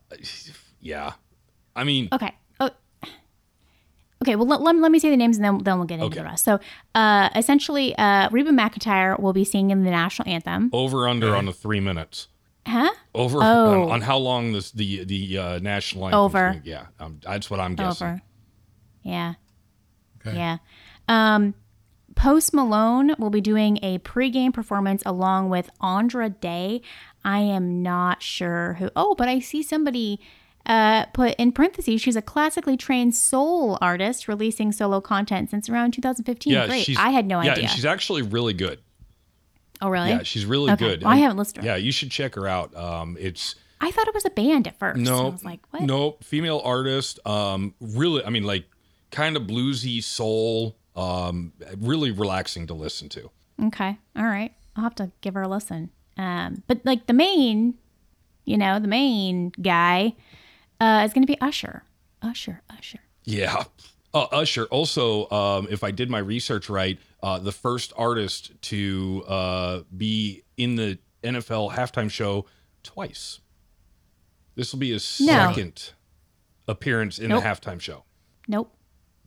S3: yeah. I mean,
S2: Okay. Oh. Okay, well, let, let, let me say the names and then, then we'll get into
S3: Okay.
S2: the rest. So, uh, essentially, uh, Reba McIntyre will be singing the national anthem.
S3: over under on the three minutes.
S2: Huh?
S3: Over
S2: Oh.
S3: on, on how long this the the uh, national anthem
S2: Over.
S3: yeah, um, that's what I'm guessing.
S2: Over. Yeah.
S1: Okay.
S2: Yeah. Um, Post Malone will be doing a pregame performance along with Andra Day. I am not sure who. Oh, but I see somebody uh, put in parentheses. She's a classically trained soul artist releasing solo content since around 2015.
S3: Yeah,
S2: Great.
S3: she's-
S2: I had no
S3: yeah,
S2: idea.
S3: and she's actually really good.
S2: Oh, really?
S3: Yeah, she's really
S2: Okay.
S3: good.
S2: Well, I
S3: And-
S2: haven't listened to her.
S3: Yeah, you should check her out. Um, it's
S2: I thought it was a band at first.
S3: no,
S2: I was like, what?
S3: no female artist. Um, really, I mean, like kind of bluesy soul. Um, really relaxing to listen to.
S2: Okay. All right. I'll have to give her a listen. Um, but like the main, you know, the main guy uh, is going to be Usher. Usher, Usher.
S3: Yeah. Uh, Usher. Also, um, if I did my research right, uh, the first artist to uh, be in the NFL halftime show twice. This will be his
S2: No.
S3: second appearance in
S2: Nope.
S3: the halftime show.
S2: Nope.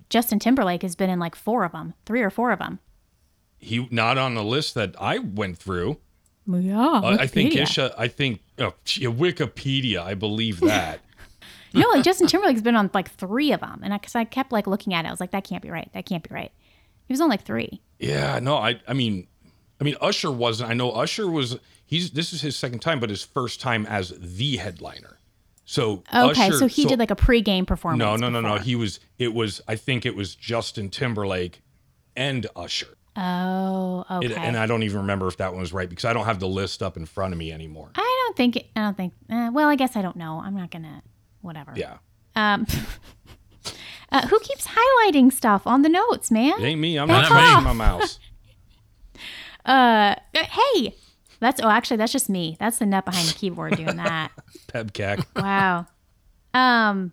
S2: Justin Timberlake has been in like four of them, three or four of them.
S3: He not on the list that I went through.
S2: Yeah.
S3: Uh, I think Isha. I think oh, gee, Wikipedia. I believe that.
S2: no, like Justin Timberlake's been on like three of them. And I, cause I kept like looking at it. I was like, that can't be right. That can't be right. He was on like three.
S3: yeah. No. I. I mean. I mean, Usher wasn't. I know Usher was. He's. This is his second time, but his first time as the headliner. So
S2: Okay.
S3: Usher-
S2: so he did like a pregame performance.
S3: No, no, no, no.
S2: before.
S3: He was. It was. I think it was Justin Timberlake and Usher.
S2: oh, okay.
S3: It, and I don't even remember if that one was right because I don't have the list up in front of me anymore.
S2: I don't think it, I don't think. Uh, well, I guess I don't know. I'm not gonna. Whatever.
S3: Yeah.
S2: Um, uh, who keeps highlighting stuff on the notes, man?
S3: It ain't me. I'm
S1: That's
S3: not using
S1: off.
S3: my mouse.
S2: Uh, hey, that's oh, actually, that's just me. That's the nut behind the keyboard doing that.
S3: Pebcac.
S2: Wow. Um,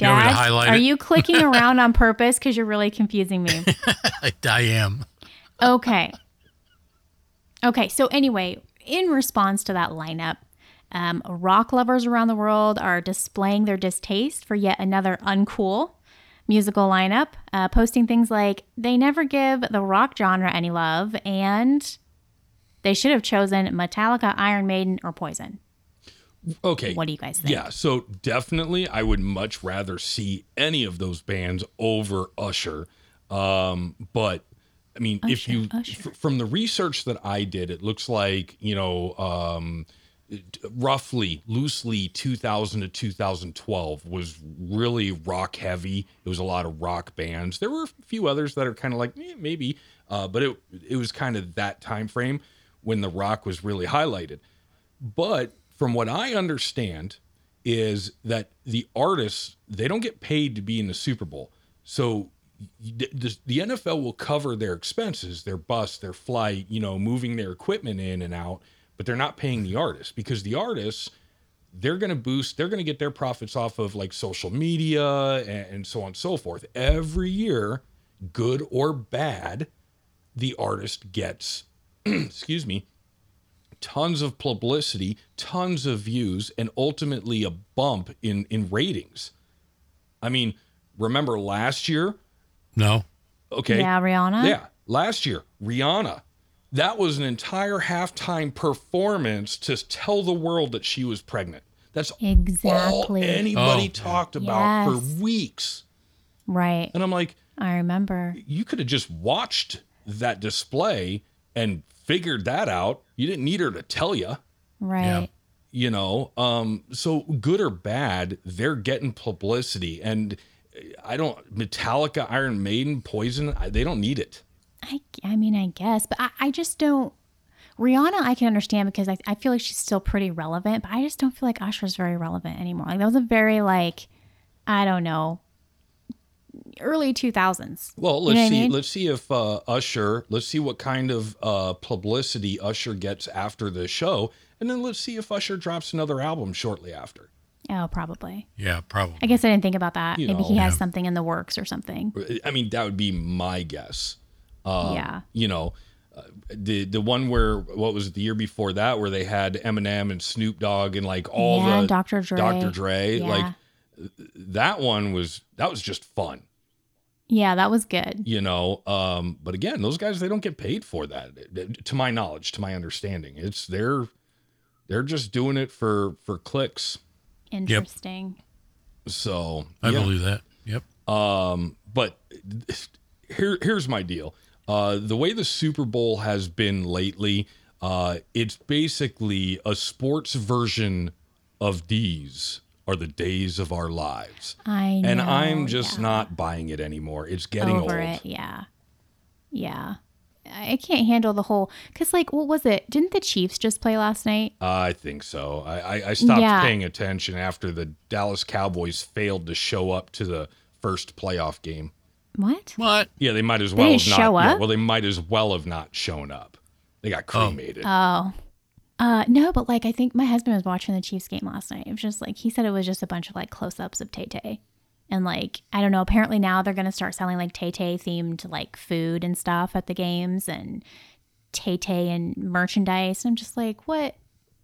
S1: You want me to
S2: Dad,
S1: highlight
S2: are
S1: it?
S2: you clicking around on purpose? Because you're really confusing me.
S1: I, I am.
S2: Okay. Okay. So, anyway, in response to that lineup, um, rock lovers around the world are displaying their distaste for yet another uncool musical lineup, uh, posting things like they never give the rock genre any love and they should have chosen Metallica, Iron Maiden, or Poison.
S3: Okay.
S2: What do you guys think?
S3: Yeah, so definitely I would much rather see any of those bands over Usher. Um, but I mean, if
S2: Usher,
S3: you
S2: Usher.
S3: f- from the research that I did, it looks like, you know, um roughly loosely 2000 to 2012 was really rock heavy it was a lot of rock bands there were a few others that are kind of like eh, maybe uh, but it it was kind of that time frame when the rock was really highlighted but from what i understand is that the artists they don't get paid to be in the super bowl so y- the- the the NFL will cover their expenses, their bus, their flight, you know, moving their equipment in and out, but they're not paying the artists because the artists they're going to boost, they're going to get their profits off of like social media and, and so on and so forth. Every year, good or bad, the artist gets, excuse me, tons of publicity, tons of views, and ultimately a bump in in ratings. I mean, remember last year?
S1: No.
S3: Okay.
S2: Yeah, Rihanna.
S3: Yeah, last year, Rihanna. That was an entire halftime performance to tell the world that she was pregnant. That's all
S2: Exactly.
S3: anybody
S1: Oh.
S3: talked
S2: Yes.
S3: about for weeks.
S2: Right.
S3: And I'm like,
S2: I remember.
S3: you could have just watched that display and figured that out. You didn't need her to tell you,
S2: Right.
S3: you know. Um, so good or bad, they're getting publicity. And I don't Metallica, Iron Maiden, Poison. I, they don't need it.
S2: I, I mean, I guess, but I, I just don't. Rihanna, I can understand because I, I feel like she's still pretty relevant, but I just don't feel like Usher's very relevant anymore. Like, that was a very, like, I don't know, early 2000s.
S3: Well,
S2: know
S3: let's
S2: what I
S3: see.
S2: mean?
S3: Let's see if uh, Usher. Let's see what kind of uh, publicity Usher gets after the show, and then let's see if Usher drops another album shortly after.
S2: Oh, probably.
S1: Yeah, probably.
S2: I guess I didn't think about that.
S3: You
S2: Maybe
S3: know.
S2: he has
S1: Yeah.
S2: something in the works or something.
S3: I mean, that would be my guess. Um,
S2: yeah.
S3: You know, uh, the the one where what was it the year before that where they had Eminem and Snoop Dogg and like all
S2: yeah,
S3: the
S2: Dr. Dre.
S3: Dr. Dre.
S2: Yeah.
S3: Like that one was that was just fun.
S2: yeah, that was good.
S3: you know um but again those guys they don't get paid for that to my knowledge to my understanding it's they're they're just doing it for for clicks
S2: Interesting.
S3: so
S1: I
S3: yeah.
S1: believe that. Yep.
S3: but here here's my deal uh the way the super bowl has been lately uh it's basically a sports version of these are the days of our lives
S2: I know.
S3: and i'm just
S2: yeah.
S3: not buying it anymore it's getting
S2: over
S3: old
S2: it. Yeah. Yeah. I can't handle the whole because, like, what was it? Didn't the Chiefs just play last night?
S3: I think so. I, I, I stopped
S2: Yeah.
S3: paying attention after the Dallas Cowboys failed to show up to the first playoff game.
S2: What?
S1: What?
S3: Yeah, they might as well
S2: didn't
S3: have not.
S2: show
S3: yeah,
S2: up?
S3: well, they might as well have not shown up. They got cremated.
S2: Oh. Uh, no, but like I think my husband was watching the Chiefs game last night. It was just like he said it was just a bunch of like close ups of Tay Tay. And like, I don't know, apparently now they're gonna start selling like Tay Tay themed like food and stuff at the games and Tay Tay and merchandise. And I'm just like, what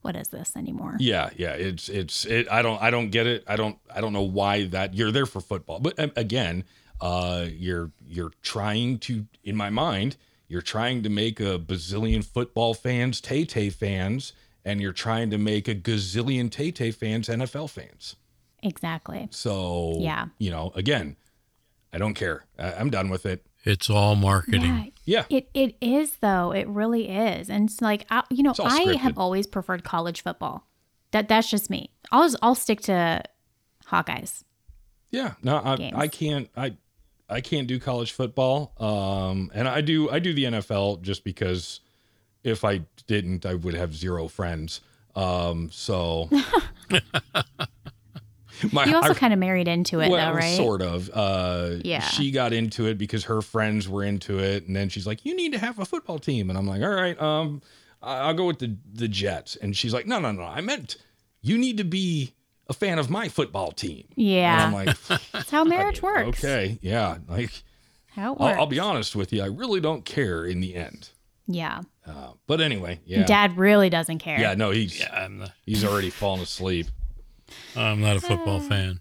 S2: what is this anymore?
S3: Yeah, yeah. It's it's it. I don't I don't get it. I don't I don't know why that you're there for football. But um, again, uh, you're you're trying to in my mind, you're trying to make a bazillion football fans Tay Tay fans, and you're trying to make a gazillion Tay Tay fans NFL fans.
S2: Exactly.
S3: So
S2: Yeah.
S3: you know, again, I don't care. I, I'm done with it.
S1: It's all marketing.
S2: Yeah,
S3: Yeah,
S2: It it is though. It really is. And it's like I, you know,
S3: all
S2: I
S3: scripted.
S2: have always preferred college football. That that's just me. I'll just, I'll stick to Hawkeyes.
S3: yeah. No, I,
S2: Games.
S3: I can't. I I can't do college football. Um, and I do I do the NFL just because if I didn't, I would have zero friends. Um, so my
S2: You also
S3: I-
S2: kind of married into it
S3: well,
S2: though, right?
S3: sort of. Uh,
S2: Yeah.
S3: She got into it because her friends were into it, and then she's like, "You need to have a football team," and I'm like, "All right, um, I- I'll go with the the Jets," and she's like, "No, no, no, I meant you need to be a fan of my football team." And
S2: Yeah.
S3: I'm like,
S2: That's how marriage works.
S3: okay, yeah, like
S2: How it
S3: I'll,
S2: works.
S3: I'll be honest with you, I really don't care in the end.
S2: Yeah.
S3: Uh, but anyway, yeah,
S2: Dad really doesn't care.
S3: yeah, no, he's
S1: Yeah, I'm not,
S3: he's already fallen asleep.
S1: I'm not a football
S2: Oh.
S1: fan.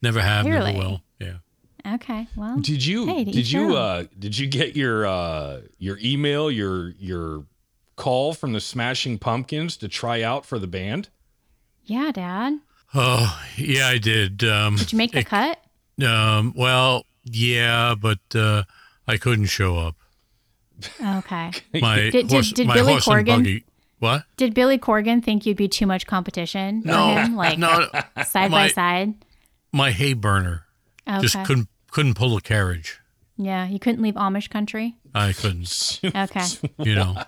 S1: Never have,
S2: Clearly.
S1: never will. Yeah.
S2: Okay. Well,
S3: Did you
S2: Hey, to
S3: did
S2: each
S3: you
S2: their own.
S3: uh did you get your uh your email your your call from the Smashing Pumpkins to try out for the band?
S2: yeah, Dad.
S1: Oh, yeah, I did. Um,
S2: Did you make the cut?
S1: um, well, yeah, but uh, I couldn't show up.
S2: Okay.
S1: My
S2: Did- did-
S1: horse,
S2: did
S1: my
S2: Billy
S1: horse and
S2: Corgan-
S1: buggy. What?
S2: Did Billy Corgan think you'd be too much competition? for
S1: No,
S2: him? like
S1: no.
S2: side by
S1: my-
S2: side.
S1: My hay burner
S2: Okay.
S1: just couldn't couldn't pull a carriage.
S2: yeah, you couldn't leave Amish country.
S1: I couldn't.
S2: Okay.
S1: You know.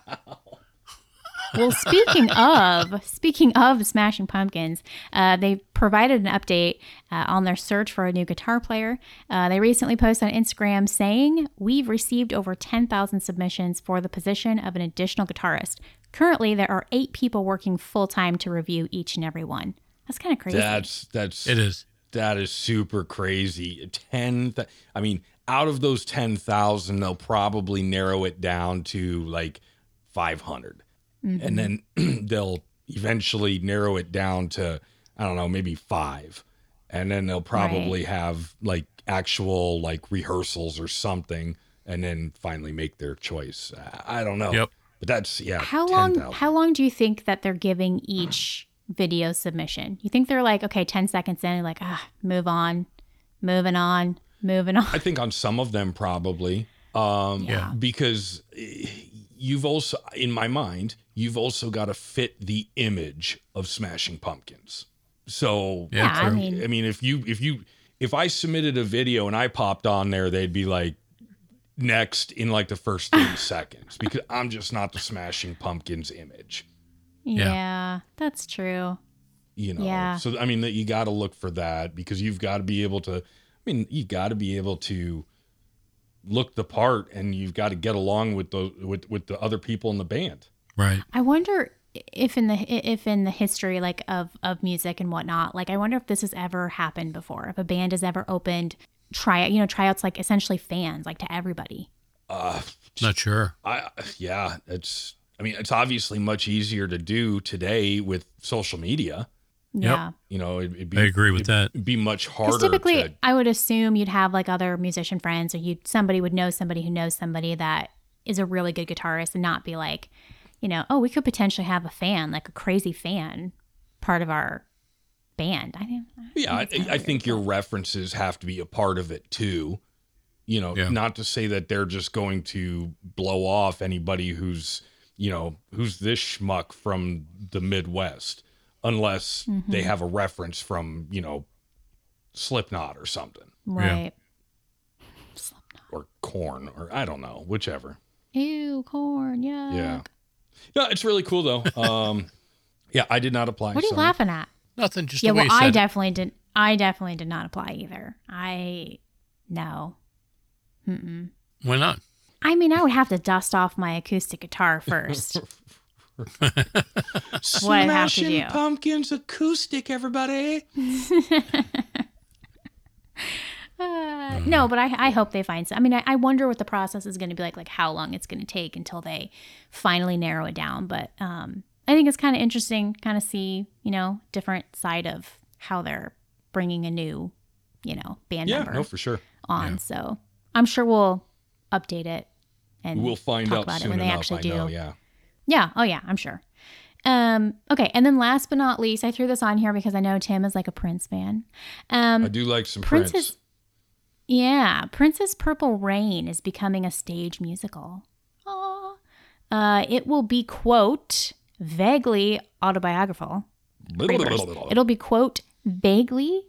S2: well, speaking of speaking of Smashing Pumpkins, uh, they provided an update uh, on their search for a new guitar player. Uh, they recently posted on Instagram saying, "We've received over 10,000 submissions for the position of an additional guitarist. Currently, there are eight people working full time to review each and every one." That's kind of crazy.
S3: That's that's
S1: It is.
S3: that is super crazy. Ten, th- I mean, out of those ten thousand, they'll probably narrow it down to like five
S2: Mm-hmm.
S3: and then they'll eventually narrow it down to I don't know, maybe five, and then they'll probably have like actual like rehearsals or something, and then finally make their choice. I, I don't know.
S1: Yep.
S3: But that's yeah.
S2: How long
S3: 10,000.
S2: how long do you think that they're giving each video submission? You think they're like, okay, 10 seconds in, like, ah, move on, moving on, moving on.
S3: I think on some of them probably. Um,
S1: Yeah.
S3: Because eh, you've also, in my mind, you've also got to fit the image of Smashing Pumpkins. So
S1: Yeah,
S2: I
S1: true.
S2: mean,
S3: I mean, if you if you if I submitted a video and I popped on there, they'd be like next in like the first thirty seconds because I'm just not the Smashing Pumpkins image.
S1: Yeah.
S2: yeah. that's true.
S3: you know
S2: Yeah.
S3: so i mean that you got to look for that because you've got to be able to i mean you got to be able to look the part and you've got to get along with the with with the other people in the band
S1: Right.
S2: I wonder if in the if in the history like of of music and whatnot, like I wonder if this has ever happened before. If a band has ever opened tryout, you know, tryouts like essentially fans, like to everybody.
S3: uh
S1: Not sure.
S3: i yeah it's i mean it's obviously much easier to do today with social media
S1: Yep.
S2: Yeah.
S3: you know it, would be
S1: I agree with that.
S3: it'd be much harder
S2: Because typically,
S3: to,
S2: I would assume you'd have like other musician friends, or you somebody would know somebody who knows somebody that is a really good guitarist, and not be like, you know, oh, we could potentially have a fan, like a crazy fan, part of our band. I think.
S3: Yeah, I,
S2: that's kinda
S3: I
S2: weird.
S3: think your references have to be a part of it too. You know,
S1: Yeah.
S3: not to say that they're just going to blow off anybody who's, you know, who's this schmuck from the Midwest, unless
S2: Mm-hmm.
S3: they have a reference from, you know, Slipknot or something,
S2: right.
S3: or Corn, or I don't know, whichever.
S2: Ew, corn. Yeah.
S3: Yeah. Yeah, it's really cool though. Um, yeah, I did not apply.
S2: What are you
S3: so-
S2: laughing at?
S1: Nothing. Just
S2: yeah.
S1: the way
S2: Well,
S1: you
S2: I
S1: said it.
S2: definitely did. I definitely did not apply either. I no. Mm-mm.
S1: Why not?
S2: I mean, I would have to dust off my acoustic guitar first. What I have to
S3: Smashing
S2: do.
S3: Pumpkins acoustic, everybody.
S2: Uh, no, but I, I hope they find some. I mean, I, I wonder what the process is going to be like, like how long it's going to take until they finally narrow it down. But um, I think it's kind of interesting, kind of see, you know, different side of how they're bringing a new, you know, band
S3: Yeah,
S2: member
S3: no, for sure.
S2: on. So I'm sure we'll update it and
S3: We'll find
S2: talk
S3: out
S2: about
S3: soon
S2: it when they
S3: enough.
S2: actually
S3: I
S2: do.
S3: know. Yeah.
S2: Yeah. Oh, yeah. I'm sure. Um, okay. And then last but not least, I threw this on here because I know Tim is like a Prince fan. Um,
S3: I do like some Prince.
S2: Princess. Yeah, Princess Purple Rain is becoming a stage musical. Aw. Uh, it will be quote vaguely autobiographical. Readers. It'll be quote vaguely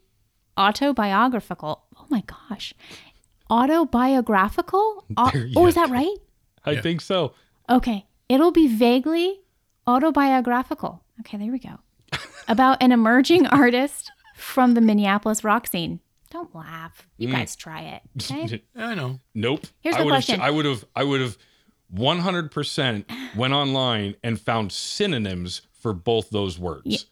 S2: autobiographical. Oh my gosh, autobiographical. Au-
S3: There you
S2: oh, is
S3: go.
S2: that right?
S3: I think so.
S2: Okay. It'll be vaguely autobiographical. Okay, there we go. About an emerging artist from the Minneapolis rock scene. Don't laugh.
S3: Mm.
S2: You guys try it. Okay?
S1: I know.
S3: Nope.
S2: Here's
S3: I
S2: the
S3: would have.
S2: question.
S3: I would have. I would have. One hundred percent went online and found synonyms for both those words.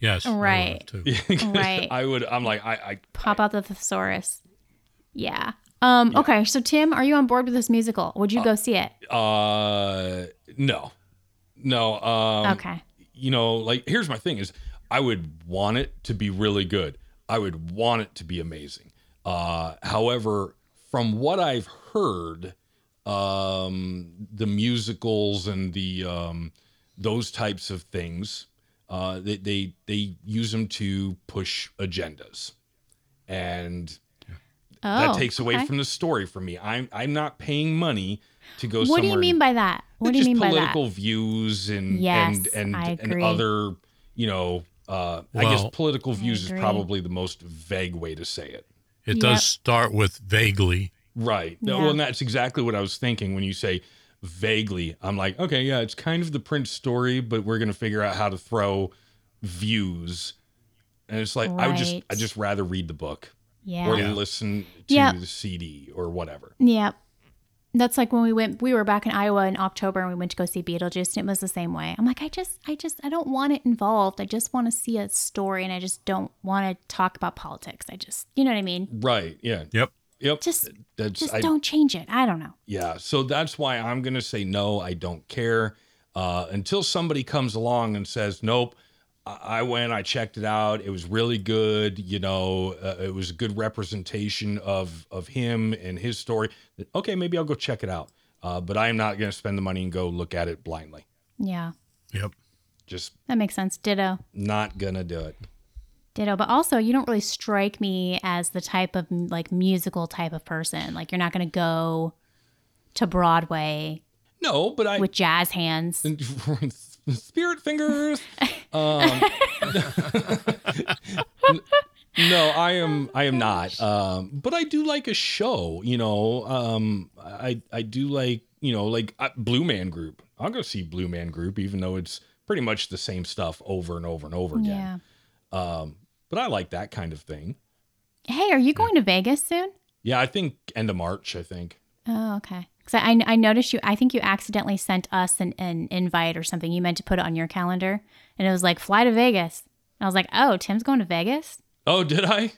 S1: Yes. I would have
S2: Right.
S1: too.
S3: 'Cause
S2: Right.
S3: I would. I'm like. I. I
S2: Pop out the thesaurus. Yeah. Um, okay, so Tim, are you on board with this musical? Would you go see it?
S3: uh no no um
S2: okay.
S3: you know like here's my thing is i would want it to be really good i would want it to be amazing uh however from what i've heard um the musicals and the um those types of things uh they they, they use them to push agendas and
S2: Oh,
S3: that takes away
S2: okay.
S3: from the story for me. I'm I'm not paying money to go
S2: What do you
S3: somewhere
S2: mean by that? What do you
S3: just
S2: mean by that?
S3: political views and
S2: Yes,
S3: and
S2: I
S3: and, and
S2: agree.
S3: other you know uh, I guess
S1: Well-
S3: political views is
S2: agree.
S3: probably the most vague way to say it.
S1: It
S2: Yep.
S1: does start with vaguely.
S3: Right. No,
S2: Yeah.
S3: well, and that's exactly what I was thinking when you say vaguely. I'm like, okay, yeah, it's kind of the Prince story, but we're gonna figure out how to throw views. And it's like I would just
S2: Right.
S3: I just rather read the book
S2: Yeah.
S3: or listen to
S2: Yep.
S3: the CD or whatever.
S2: Yeah. That's like when we went we were back in Iowa in October and we went to go see Beetlejuice and it was the same way. I'm like, I just I just I don't want it involved. I just want to see a story and I just don't want to talk about politics. I just you know what I mean?
S3: Right. Yeah.
S1: Yep.
S3: Yep.
S2: Just
S3: that's
S2: just
S3: I,
S2: don't change it. I don't know.
S3: Yeah. So that's why I'm going to say no, I don't care. Uh, until somebody comes along and says, nope, I I went, I checked it out. It was really good. You know, uh, it was a good representation of, of him and his story. Okay, maybe I'll go check it out. Uh, but I am not going to spend the money and go look at it blindly.
S2: Yeah.
S1: Yep.
S3: Just
S2: That makes sense. Ditto.
S3: not going to do it.
S2: Ditto. But also you don't really strike me as the type of like musical type of person. Like you're not gonna go to Broadway
S3: No, but I.
S2: with jazz hands.
S3: Spirit fingers. Um, no, I am. I am not. Um, but I do like a show. You know, um, I I do like you know like uh, Blue Man Group. I'll go see Blue Man Group, even though it's pretty much the same stuff over and over and over again.
S2: Yeah.
S3: Um, but I like that kind of thing.
S2: Hey, are you going to Vegas soon?
S3: Yeah, I think end of March. I think.
S2: Oh, okay. Because I, I noticed you, I think you accidentally sent us an, an invite or something. You meant to put it on your calendar. And it was like, fly to Vegas. And I was like, oh, Tim's going to Vegas?
S3: Oh, did I?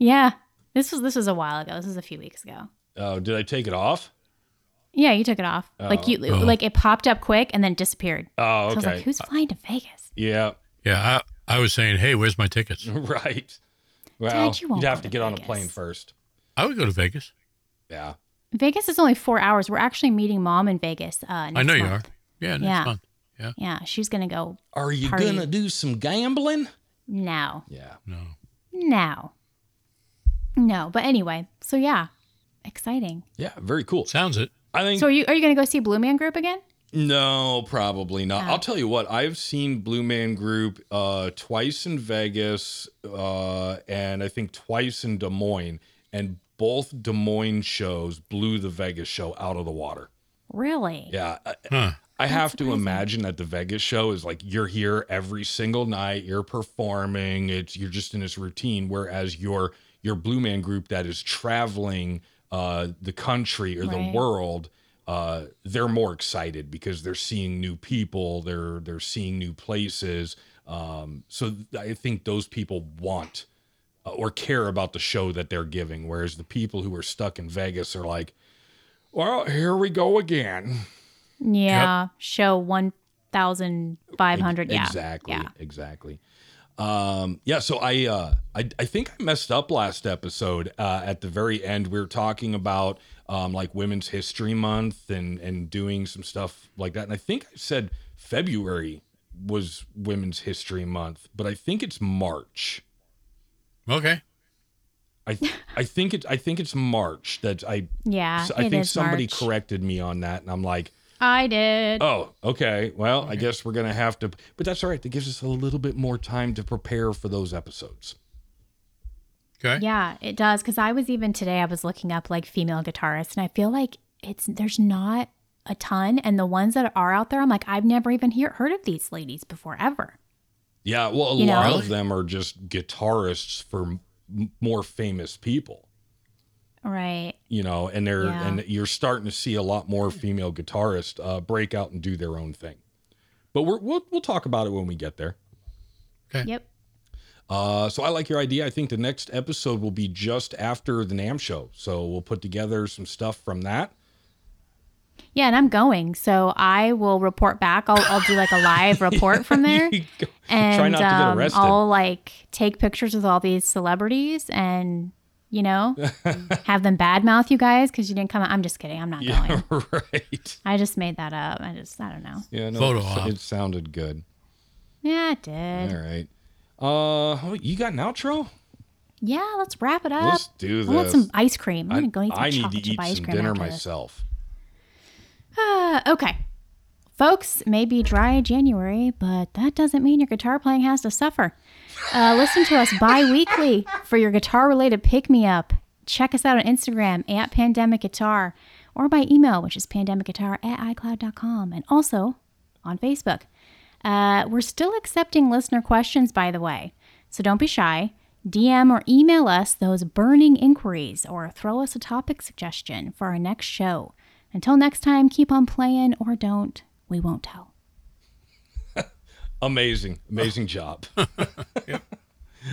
S2: Yeah. This was this was a while ago. This was a few weeks ago.
S3: Oh, did I take it off?
S2: Yeah, you took it off. Like you
S1: Oh.
S2: like it popped up quick and then disappeared.
S3: Oh,
S2: So I was
S3: okay.
S2: like, who's flying to Vegas?
S3: yeah.
S1: Yeah. I, I was saying, hey, where's my tickets?
S3: Right. Well,
S2: you
S3: you
S2: won't
S3: would
S2: go
S3: have to
S2: to
S3: get on a
S2: Vegas.
S3: plane first.
S1: I would go to Vegas.
S3: Yeah.
S2: Vegas is only four hours. We're actually meeting mom in Vegas. Uh, next
S1: I know you are.
S2: month.
S1: Yeah. That's
S2: Yeah.
S1: fun.
S2: Yeah, she's gonna go
S3: Are you
S2: Party.
S3: gonna do some gambling?
S2: now.
S3: Yeah.
S1: No.
S2: Now. No, but anyway. So yeah, exciting.
S3: Yeah. Very cool.
S1: Sounds it.
S3: I think
S2: So are you are you gonna go see Blue Man Group again?
S3: no, probably not. I'll tell you what. I've seen Blue Man Group uh, twice in Vegas, uh, and I think twice in Des Moines, and both Des Moines shows blew the Vegas show out of the water.
S2: Really?
S3: Yeah. I-
S1: Huh.
S3: I have to imagine that the Vegas show is like you're here every single night, you're performing, it's you're just in this routine. Whereas your your Blue Man group that is traveling uh, the country or
S2: Right.
S3: the world, uh, they're more excited because they're seeing new people, they're they're seeing new places. Um, so th- I think those people want uh, or care about the show that they're giving, whereas the people who are stuck in Vegas are like, well, here we go again.
S2: Yeah. Show one thousand five hundred. Yeah.
S3: Exactly.
S2: Yeah.
S3: Exactly. Um, yeah. So I, uh, I, I think I messed up last episode. Uh, at the very end, we were talking about um, like Women's History Month and and doing some stuff like that. And I think I said February was Women's History Month, but I think it's March.
S1: Okay.
S3: I I think it's I think it's March that I
S2: Yeah.
S3: so I
S2: it
S3: think
S2: is
S3: somebody
S2: March.
S3: corrected me on that, and I'm like.
S2: I did.
S3: Oh, okay. Well, I guess we're gonna have to, but that's all right. That gives us a little bit more time to prepare for those episodes.
S1: Okay.
S2: Yeah, it does. Because I was even today, I was looking up like female guitarists, and I feel like it's there's not a ton, and the ones that are out there, I'm like, I've never even hear, heard of these ladies before ever.
S3: Yeah. Well, a
S2: You know-
S3: lot
S1: Really?
S3: of them are just guitarists for m- more famous people,
S2: Right.
S3: you know, and they're
S2: Yeah.
S3: and you're starting to see a lot more female guitarists uh, break out and do their own thing. But we're, we'll we'll talk about it when we get there.
S2: Yep.
S3: Uh, so I like your idea. I think the next episode will be just after the Nam show, so we'll put together some stuff from that.
S2: Yeah, and I'm going, so I will report back. I'll, I'll do like a live report from there. and
S3: Try not to get
S2: um,
S3: arrested.
S2: I'll like take pictures with all these celebrities and you know have them badmouth you guys because you didn't come. out. I'm just kidding. I'm not
S3: Yeah,
S2: going.
S3: right.
S2: I just made that up. I just I don't know.
S3: Yeah, no,
S1: Photo
S3: it,
S1: op.
S3: it sounded good.
S2: Yeah, it
S3: All
S2: did.
S3: right. Uh, oh, you got an outro?
S2: Yeah, let's wrap it up.
S3: Let's do
S2: Uh, I want
S3: this.
S2: some ice cream. I'm
S3: I,
S2: gonna go eat some
S3: I need
S2: chocolate
S3: to
S2: chip
S3: eat
S2: ice
S3: some
S2: cream
S3: dinner
S2: after this.
S3: myself.
S2: Uh, okay. Folks, maybe dry January, but that doesn't mean your guitar playing has to suffer. Uh, listen to us bi weekly for your guitar related pick me up. Check us out on Instagram at Pandemic Guitar or by email, which is pandemicguitar at iCloud.com, and also on Facebook. Uh, we're still accepting listener questions, by the way, so don't be shy. DM or email us those burning inquiries or throw us a topic suggestion for our next show. Until next time, keep on playing or don't. We won't tell.
S3: Amazing, amazing job.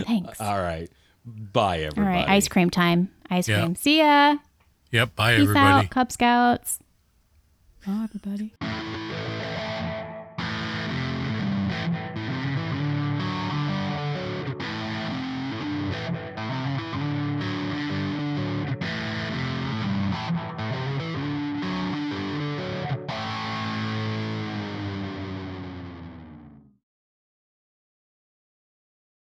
S2: Thanks.
S1: Uh,
S3: All right. Bye,
S2: All
S3: everybody.
S2: right, ice cream time. Ice
S1: Yeah.
S2: cream. See ya.
S1: Yep. Bye,
S2: Peace
S1: everybody.
S2: out, Cub Scouts.
S5: Bye, everybody.